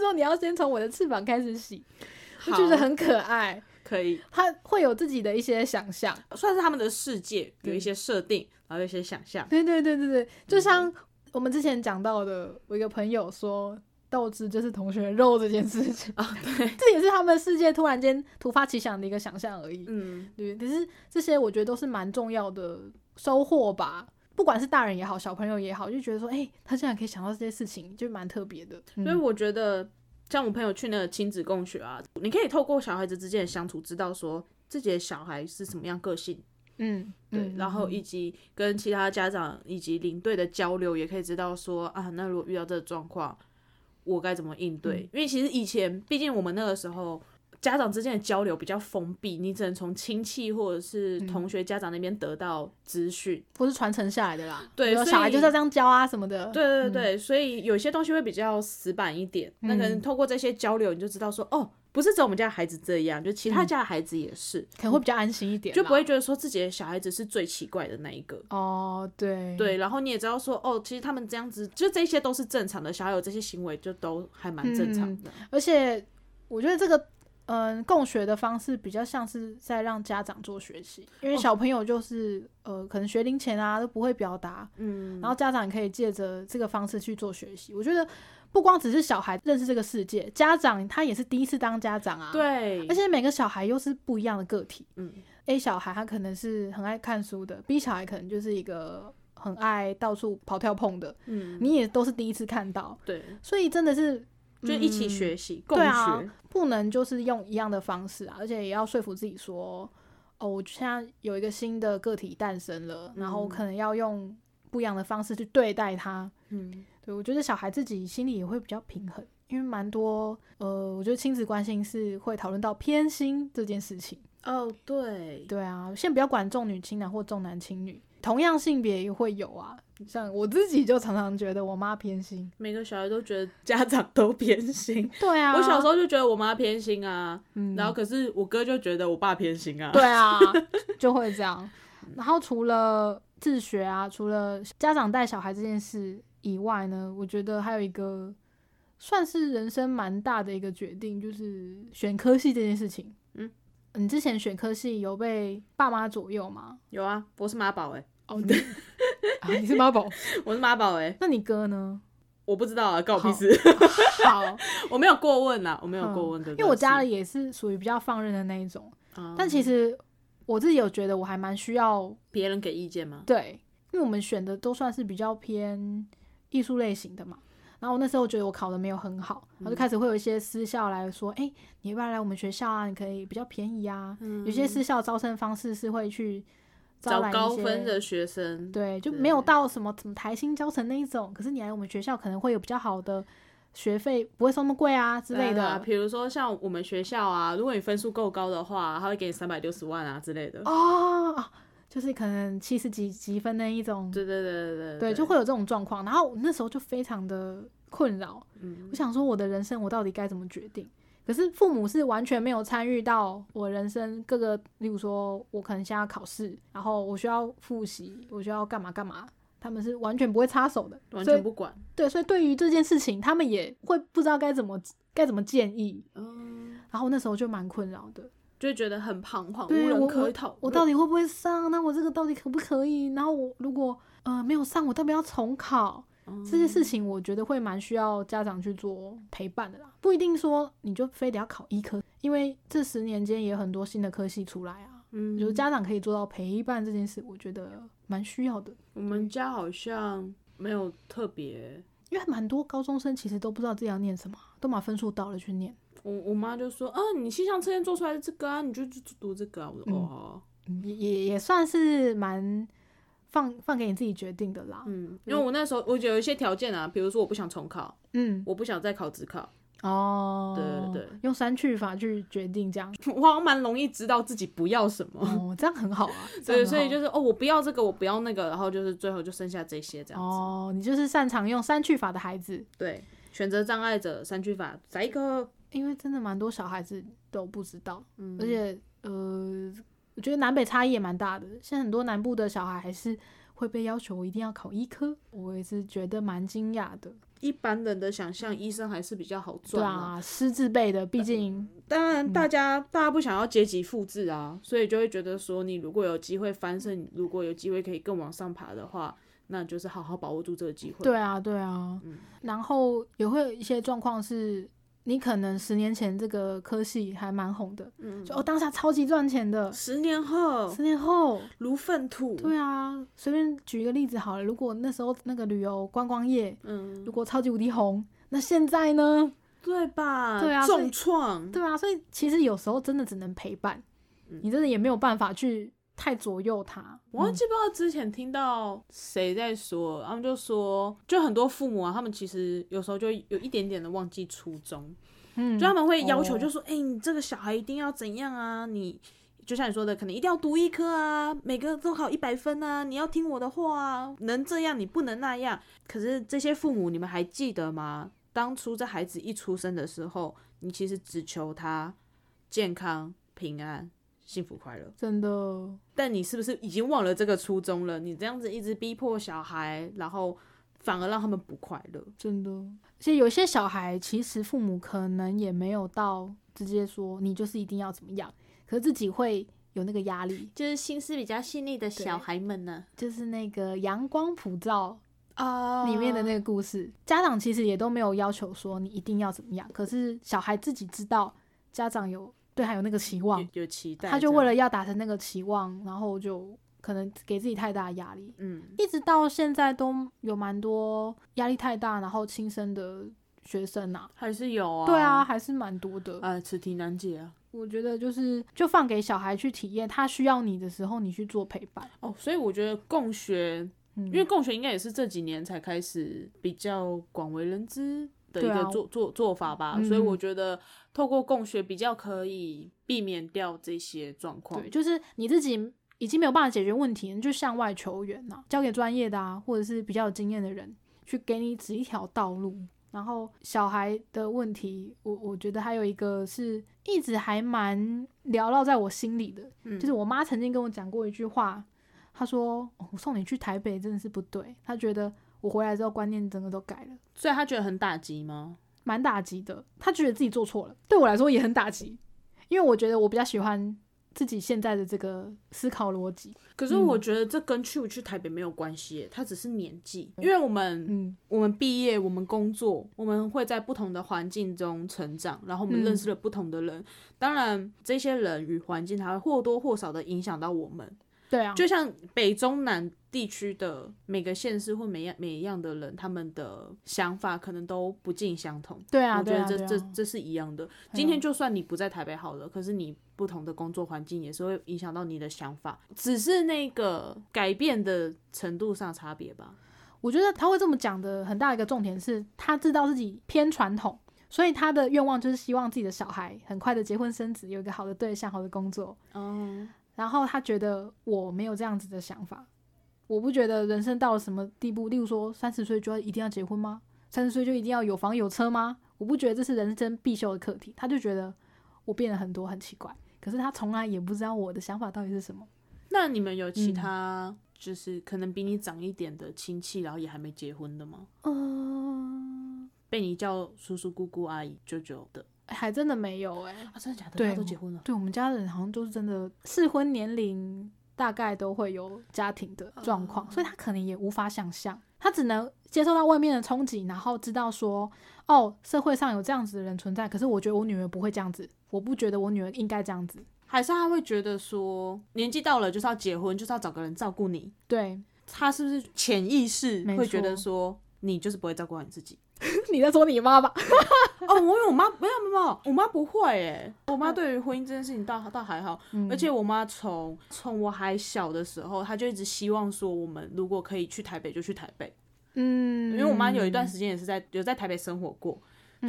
B: 说你要先从我的翅膀开始洗，我觉得
A: 好
B: 很可爱。
A: 可以，
B: 他会有自己的一些想象。
A: 算是他们的世界有
B: 对
A: 一些设定，然后有一些想象。
B: 对对对对对，就像
A: 嗯
B: 我们之前讲到的，我一个朋友说。豆汁就是同学肉这件事 情
A: 哦
B: 啊，对， 这也是他们世界突然间突发奇想的一个想象而已。
A: 嗯，
B: 对，可是这些我觉得都是蛮重要的收获吧，不管是大人也好，小朋友也好，就觉得说，哎、他竟然可以想到这些事情，就蛮特别的。
A: 所以我觉得，像我朋友去那个亲子共学啊，你可以透过小孩子之间的相处，知道说自己的小孩是什么样个性，
B: 嗯，
A: 对，
B: 嗯
A: 然后以及跟其他家长以及领队的交流，也可以知道说啊，那如果遇到这个状况，我该怎么应对？
B: 嗯
A: 因为其实以前，毕竟我们那个时候家长之间的交流比较封闭，你只能从亲戚或者是
B: 嗯
A: 同学、家长那边得到资讯。
B: 不是传承下来的啦，
A: 对
B: 比如说
A: 所
B: 小孩
A: 以
B: 就是要这样教啊什么的。
A: 对对对，所以有些东西会比较死板一点。那可
B: 嗯
A: 能透过这些交流，你就知道说，哦，不是只有我们家的孩子这样，就其他家的孩子也是，
B: 嗯可能会比较安心一点啦，
A: 就不会觉得说自己的小孩子是最奇怪的那一个。
B: 哦，对，
A: 对，然后你也知道说，哦，其实他们这样子，就这些都是正常的，小孩有这些行为就都还蛮正
B: 嗯
A: 常的。
B: 而且我觉得这个嗯共学的方式比较像是在让家长做学习，因为
A: 哦
B: 小朋友就是、呃可能学龄前啊都不会表达，
A: 嗯，
B: 然后家长可以借着这个方式去做学习。我觉得不光只是小孩认识这个世界，家长他也是第一次当家长啊，，
A: 对
B: 而，且每个小孩又是不一样的个体，
A: 嗯
B: ，A 小孩他可能是很爱看书的，B 小孩可能就是一个。很爱到处跑跳碰的，
A: 嗯，
B: 你也都是第一次看到，
A: 对，
B: 所以真的是
A: 就一起
B: 嗯
A: 学习、共
B: 对
A: 学，
B: 啊不能就是用一样的方式啊，而且也要说服自己说，哦，我现在有一个新的个体诞生了，然后我
A: 嗯
B: 可能要用不一样的方式去对待他。
A: 嗯，
B: 对我觉得小孩自己心里也会比较平衡，因为蛮多呃，我觉得亲子关系是会讨论到偏心这件事情。
A: 哦，对，
B: 对啊，先不要管重女轻男或重男轻女，同样性别也会有啊。像我自己就常常觉得我妈偏心。
A: 每个小孩都觉得家长都偏心。
B: 对啊，
A: 我小时
B: 候，
A: 候就觉得我妈偏心啊，
B: 嗯、
A: 然后可是我哥就觉得我爸偏心啊。
B: 对， 啊，就会这样。然后除了自学啊，除了家长带小孩这件事以外呢，我觉得还有一个算是人生蛮大的一个决定，就是选科系这件事情。
A: 嗯，
B: 你之前选科系有被爸妈左右吗？
A: 有啊，我是妈宝哎，
B: 哦，对， 啊，你是妈 宝，
A: 我是妈宝哎，
B: 那你哥 呢？
A: 我不知道啊，告我屁
B: 好
A: 事，
B: 好，嗯
A: 我没有过问啊，我没有过问的、
B: 因为我家
A: 里，
B: 里也是属于比较放任的那一种，
A: 嗯
B: 但其实我自己有觉得我还蛮需要
A: 别人给意见吗？
B: 对，因为我们选的都算是比较偏艺术类型的嘛。然后我那时候觉得我考的没有很好，
A: 嗯
B: 然后就开始会有一些私校来说，哎、你要不要来我们学校啊？你可以比较便宜啊。有些私校招生方式是会去招
A: 嗯找
B: 来一
A: 高分
B: 些
A: 的学生，
B: 对，就
A: 对
B: 没有到什么什么台新教程那一种，可是你来我们学校可能会有比较好的学费，不会收那么贵啊之类
A: 对啊
B: 的。
A: 比如说像我们学校啊，如果你分数够高的话，他会给你三百六十万啊之类的。
B: 哦，就是可能七十几积分那一种，
A: 对对对对
B: 对，就会有这种状况。然后我那时候就非常的困扰，
A: 嗯
B: 我想说我的人生我到底该怎么决定？可是父母是完全没有参与到我人生各个，例如说我可能现在要考试，然后我需要复习，我需要干嘛干嘛，他们是完全不会插手的，
A: 完
B: 所
A: 全
B: 以
A: 不管。
B: 对，所以对于这件事情，他们也会不知道该怎么该怎么建议。
A: 嗯，
B: 然后那时候就蛮困扰的，
A: 就会觉得很彷徨，无
B: 对我
A: 人可
B: 我
A: 以讨论。
B: 我到底会不会上？那我这个到底可不可以？然后我如果呃没有上，我到底要重考？
A: 哦
B: 这些事情我觉得会蛮需要家长去做陪伴的啦，不一定说你就非得要考医科，因为这十年间也有很多新的科系出来啊。
A: 嗯，
B: 就是家长可以做到陪伴这件事，我觉得蛮需要的，
A: 我们家好像没有特别。
B: 因为蛮多高中生其实都不知道自己要念什么，都把分数到了去念。
A: 我我妈就说：“啊，你气象测验做出来的这个啊，你就就就读这个啊。”我说：“
B: 嗯
A: 哦，好啊
B: 也也也算是蛮放放给你自己决定的啦。
A: 嗯，因为我那时候我有一些条件啊，比如说我不想重考，
B: 嗯，
A: 我不想再考职考，
B: 哦，
A: 对对对，
B: 用删去法去决定这样，
A: 我好像蛮容易知道自己不要什么。
B: 哦，这样很好 啊。这
A: 对，
B: 样很
A: 所以
B: 好
A: 就是哦，我不要这个，我不要那个，然后就是最后就剩下这些这样子。
B: 哦，你就是擅长用删去法的孩子，
A: 对，选择障碍者三句法，来一个。
B: 因为真的蛮多小孩子都不知道，
A: 嗯
B: 而且呃，我觉得南北差异也蛮大的。现在很多南部的小孩还是会被要求我一定要考医科，我也是觉得蛮惊讶的。
A: 一般人的想象，医生还是比较好
B: 对
A: 赚啊。
B: 啊，嗯师字辈的，毕竟
A: 当然，大家、大家不想要阶级复制啊，所以就会觉得说，你如果有机会翻身，如果有机会可以更往上爬的话，那就是好好把握住这个机会。嗯
B: 对啊，对啊，然后也会有一些状况是，你可能十年前这个科系还蛮红的，
A: 嗯
B: 就哦当下超级赚钱的，
A: 十年后
B: 十年后，
A: 如粪土，
B: 对啊，随便举一个例子好了，如果那时候那个旅游观光业
A: 嗯，
B: 如果超级无敌红，那现在呢？
A: 对吧？
B: 对啊所以
A: 重创，
B: 对啊，所以其实有时候真的只能陪伴，
A: 嗯
B: 你真的也没有办法去太左右它。
A: 我忘记不知道之前听到谁在说，他们就说，就很多父母啊，他们其实有时候就有一点点的忘记初衷，
B: 嗯，
A: 就他们会要求，
B: 哦
A: 就说，哎、你这个小孩一定要怎样啊，你。就像你说的，可能一定要读医科啊，每个都考一百分啊，你要听我的话啊，能这样你不能那样。可是这些父母，你们还记得吗？当初这孩子一出生的时候，你其实只求他健康、平安、幸福、快乐。
B: 真的，
A: 但你是不是已经忘了这个初衷了？你这样子一直逼迫小孩，然后反而让他们不快乐。
B: 真的，而且有些小孩其实父母可能也没有到直接说你就是一定要怎么样，可是自己会有那个压力，
A: 就是心思比较细腻的
B: 小
A: 孩们呢，
B: 就是那个阳光普照
A: 啊
B: 里面的那个故事，家长其实也都没有要求说你一定要怎么样，可是小孩自己知道家长有对他有那个期望，
A: 有有期待，
B: 他就为
A: 这样
B: 了要达成那个期望，然后就可能给自己太大的压力，
A: 嗯，
B: 一直到现在都有蛮多压力太大，然后轻生的学生啊。
A: 还是有啊，
B: 对啊，，还是蛮多的。
A: 啊，此题难解啊。
B: 我觉得就是就放给小孩去体验，他需要你的时候，你去做陪伴。
A: 哦，所以我觉得共学，
B: 嗯，
A: 因为共学应该也是这几年才开始比较广为人知的一
B: 对
A: 个
B: 啊
A: 做、做做法吧，
B: 嗯
A: 所以我觉得透过共学比较可以避免掉这些状况
B: 对，。就是你自己已经没有办法解决问题，你就向外求援呐、交给专业的啊，或者是比较有经验的人去给你指一条道路。然后小孩的问题，我我觉得还有一个是一直还蛮缭绕在我心里的，
A: 嗯
B: 就是我妈曾经跟我讲过一句话，她说、哦我送你去台北真的是不对，她觉得我回来之后观念整个都改了。
A: 所以他觉得很打击吗？
B: 蛮打击的。他觉得自己做错了，对我来说也很打击，因为我觉得我比较喜欢自己现在的这个思考逻辑。
A: 可是我觉得这跟去不去台北没有关系耶，它只是年纪，因为我们、
B: 嗯，
A: 我们毕业，我们工作，我们会在不同的环境中成长，然后我们
B: 嗯
A: 认识了不同的人，当然这些人与环境它会或多或少的影响到我们。
B: 对啊，
A: 就像北中南地区的每个县市或每样每一样的人，他们的想法可能都不尽相同。
B: 对啊，
A: 我觉
B: 对
A: 得
B: 啊，
A: 这、
B: 对啊
A: 这这是一样的。今天就算你不在台北好了，可是你不同的工作环境也是会影响到你的想法，只是那个改变的程度上差别吧。
B: 我觉得他会这么讲的很大一个重点是，他知道自己偏传统，所以他的愿望就是希望自己的小孩很快的结婚生子，有一个好的对象、好的工作。
A: 哦，
B: 然后他觉得我没有这样子的想法，我不觉得人生到了什么地步，例如说三十岁就要一定要结婚吗？三十岁就一定要有房有车吗？我不觉得这是人生必修的课题。他就觉得我变了很多，很奇怪。可是他从来也不知道我的想法到底是什么。
A: 那你们有其他就是可能比你长一点的亲戚，然后也还没结婚的吗？
B: 嗯、
A: 被你叫叔叔、姑姑、阿姨、舅舅的
B: 还真的没有哎、
A: 啊？真的假的？
B: 对
A: 他都结婚了。
B: 对我们家人好像都是真的适婚年龄大概都会有家庭的
A: 嗯
B: 状况，所以他可能也无法想象，他只能接受到外面的冲击，然后知道说，哦，社会上有这样子的人存在，可是我觉得我女儿不会这样子，我不觉得我女儿应该这样子。
A: 还是他会觉得说，年纪到了就是要结婚，就是要找个人照顾你，
B: 对，
A: 他是不是潜意识
B: 没
A: 会觉
B: 错
A: 得说，你就是不会照顾好 你自己？
B: 你在说你妈吧？
A: 哦，我有我妈没有没有没有，我妈不会诶，我妈对于婚姻这件事情倒倒还好，
B: 嗯
A: 而且我妈从从我还小的时候，她就一直希望说，我们如果可以去台北就去台北，
B: 嗯，
A: 因为我妈有一段时间也是在有在台北生活过，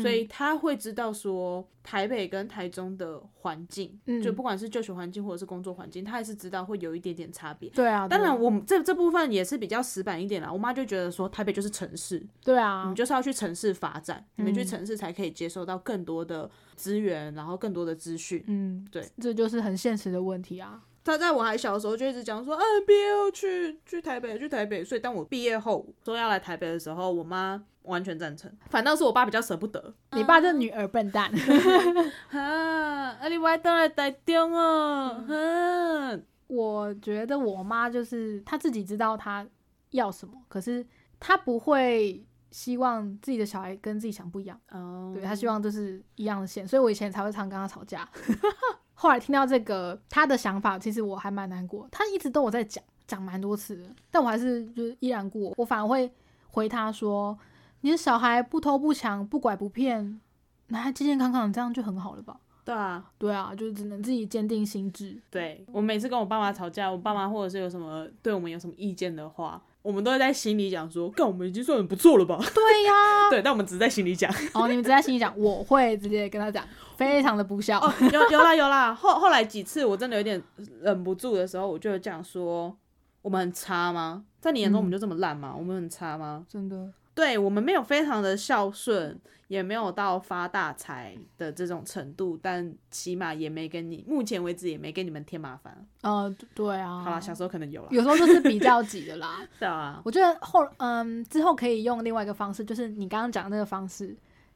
A: 所以她会知道说台北跟台中的环境，
B: 嗯
A: 就不管是就学环境或者是工作环境，她还是知道会有一点点差别。
B: 对啊，
A: 当然
B: 对啊
A: 我们这这部分也是比较死板一点啦。我妈就觉得说，台北就是城市，
B: 对
A: 你
B: 啊，
A: 就是要去城市发展，你们去
B: 嗯
A: 城市才可以接受到更多的资源，然后更多的资讯。
B: 嗯，
A: 对，
B: 这就是很现实的问题啊。
A: 他在我还小的时候就一直讲说，啊，毕业后去去台北，去台北。所以当我毕业后说要来台北的时候，我妈完全赞成，反倒是我爸比较舍不得。
B: 你爸这女儿笨 蛋，嗯
A: 哈，啊，你外当来台中哦，
B: 嗯
A: 哼、
B: 我觉得我妈就是她自己知道她要什么，可是她不会希望自己的小孩跟自己想不一样，
A: 哦
B: 对她希望就是一样的线，所以我以前才会常跟她吵架。 后来听到这个她的想法，其实我还蛮难过。她一直都有在讲，讲蛮多次的，但我还是就是依然过，我反而会回她说：“你的小孩不偷不抢不拐不骗，那他健健康康，这样就很好了吧
A: 对啊，？”
B: 对啊，就是只能自己坚定心智。
A: 对我每次跟我爸妈吵架，我爸妈或者是有什么对我们有什么意见的话，我们都会在心里讲说，干，我们已经算很不错了吧？
B: 对 呀、
A: 对，但我们只是在心里讲。
B: 哦，你们只在心里讲，我会直接跟他讲，非常的不孝。
A: 哦，有有啦有啦，后后来几次我真的有点忍不住的时候，我就这样说：我们很差吗？在你眼中我们就这么烂吗？我们很差吗？
B: 真的，
A: 对我们没有非常的孝顺，也没有到发大财的这种程度，但起码也没给你，目前为止也没给你们添麻烦。
B: 呃，对啊。
A: 好啦，小时候可哦能有啦，
B: 有时候就是比较急的啦。
A: 对啊，
B: 我觉得后，嗯，之后可以用另外一个方式，就是你刚刚讲的那个方式，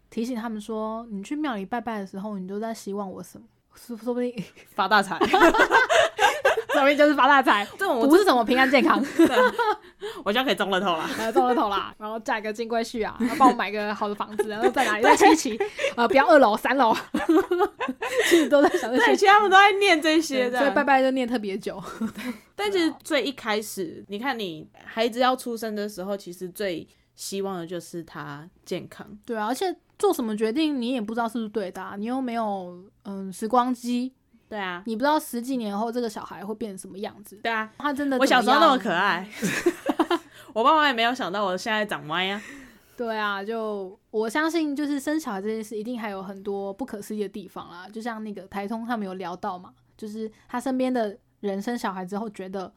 B: 提醒他们说，你去庙里拜拜的时候，你都在希望我什么？说说不定，
A: 发大财。
B: 说不定就是发大财，
A: 这种我
B: 不是什么平安健康，
A: 我就可以中了头啦。
B: 呃，中了头啦，然后嫁一个金龟婿啊，然后帮我买个好的房子，然后在哪里，在七期，呃，不要二楼，三楼， 其实都在想这
A: 对，
B: 些，
A: 其实他们都在念这些的，
B: 所以拜拜就念特别久。
A: 但其实最一开始，你看你孩子要出生的时候，其实最希望的就是他健康。
B: 对啊，而且做什么决定你也不知道是不是对的、啊，你又没有嗯时光机，
A: 对啊，
B: 你不知道十几年后这个小孩会变成什么样子。
A: 对啊，
B: 他真的，
A: 我小时候那么可。爱， 我爸妈也没有想到我现在长歪呀、
B: 对啊，就我相信，就是生小孩这件事，一定还有很多不可思议的地方啦。就像那个台通他们有聊到嘛，就是他身边的人生小孩之后，觉得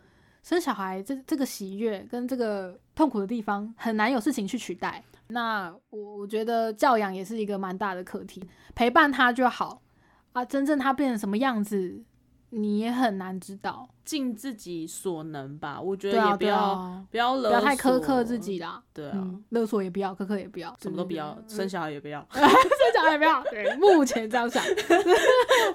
B: 生小孩这这个喜悦跟这个痛苦的地方，很难有事情去取代。那我我觉得教养也是一个蛮大的课题，陪伴他就好啊。真正他变成什么样子，你也很难知道。
A: 尽自己所能吧。我觉
B: 对
A: 得也
B: 啊，
A: 不
B: 对
A: 要、
B: 啊，
A: 不要勒
B: 不要太苛刻
A: 索
B: 自，己啦。
A: 对啊，
B: 嗯，勒索也不要，苛刻也不要，
A: 什么都不
B: 对对
A: 要，
B: 对
A: 生小孩也不要，
B: 生小孩也不要。对，目前这样想，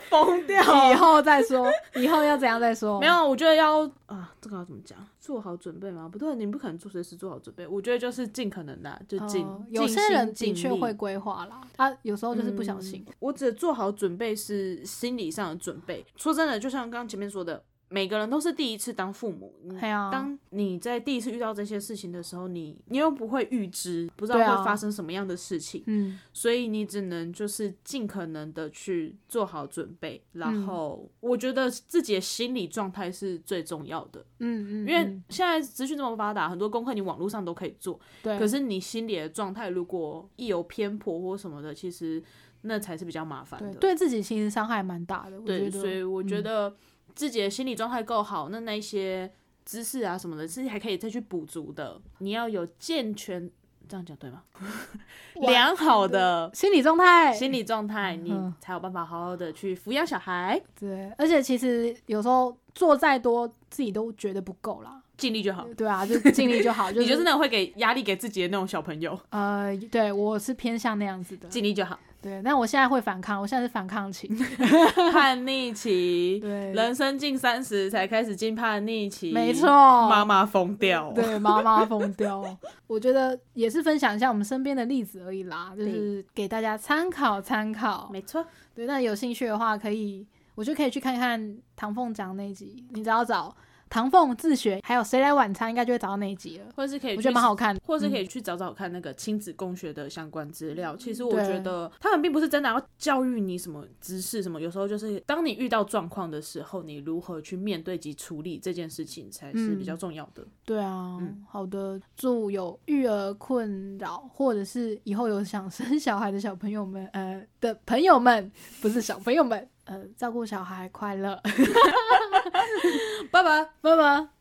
A: 疯 掉
B: 以后再说，以后要怎样再说。
A: 没，有，我觉得要啊，这个要怎么讲？做好准备吗？不对，你不可能做随时做好准备。我觉得就是尽可能的、啊就尽、
B: 呃、
A: 尽
B: 有些人
A: 心
B: 的
A: 尽
B: 确
A: 力嗯
B: 会规划啦，啊，有时候就是不小心。
A: 我只做好准备是心理上的准备。说真的，就像刚刚前面说的，每个人都是第一次当父母。你
B: 哎呀、
A: 当你在第一次遇到这些事情的时候，你你又不会预知，不知道
B: 对啊
A: 会发生什么样的事情，
B: 嗯，
A: 所以你只能就是尽可能的去做好准备。
B: 嗯
A: 然后，我觉得自己的心理状态是最重要的，
B: 嗯嗯嗯，
A: 因为现在资讯这么发达，很多功课你网络上都可以做，
B: 对，
A: 可是你心里的状态如果一有偏颇或什么的，其实那才是比较麻烦
B: 对
A: 的。
B: 对自己其实伤害蛮大的，我觉
A: 对，
B: 得。嗯
A: 所以我觉得自己的心理状态够好，那那一些知识啊什么的，是还可以再去补足的。你要有健全，这样讲对吗？
B: 哇
A: 良好的
B: 心理状态，
A: 心理状态，你
B: 嗯
A: 才有办法好好的去抚养小孩，
B: 对，而且其实有时候做再多，自己都觉得不够啦。
A: 尽力就好。
B: 对啊，就尽力就好，就
A: 你就是
B: 是
A: 那种会给压力给自己的那种小 朋友，
B: 呃，对我是偏向那样子的，
A: 尽力 就好，
B: 对，但我现在会反抗，我现在是反抗期，
A: 叛逆期，
B: 对，
A: 人生近三十才开始进叛逆期，
B: 没错，
A: 妈妈疯掉，
B: 对，妈妈疯掉。我觉得也是分享一下我们身边的例子而已啦，就是给大家参考参考。
A: 没错，
B: 对，那有兴趣的话，可以，我就可以去看看唐凤讲那一集。你只要找唐凤自学，还有谁来晚餐，应该就会找到那一集了。
A: 或者是可以
B: 我
A: 去
B: 觉得蛮好嗯看的，
A: 或是可
B: 以、
A: 以去找找看那个亲子共学的相关资料。其实我
B: 嗯对
A: 觉得他们并不是真的要教育你什么知识什么，有时候就是当你遇到状况的时候，你如何去面对及处理这件事情才是
B: 嗯
A: 比较重要的。
B: 对啊，
A: 嗯
B: 好的。祝有育儿困扰，或者是以后有想生小孩的小朋友们，呃的朋友们，不是小 朋友们，呃，照顾小孩快乐，
A: 爸爸，
B: 拜拜。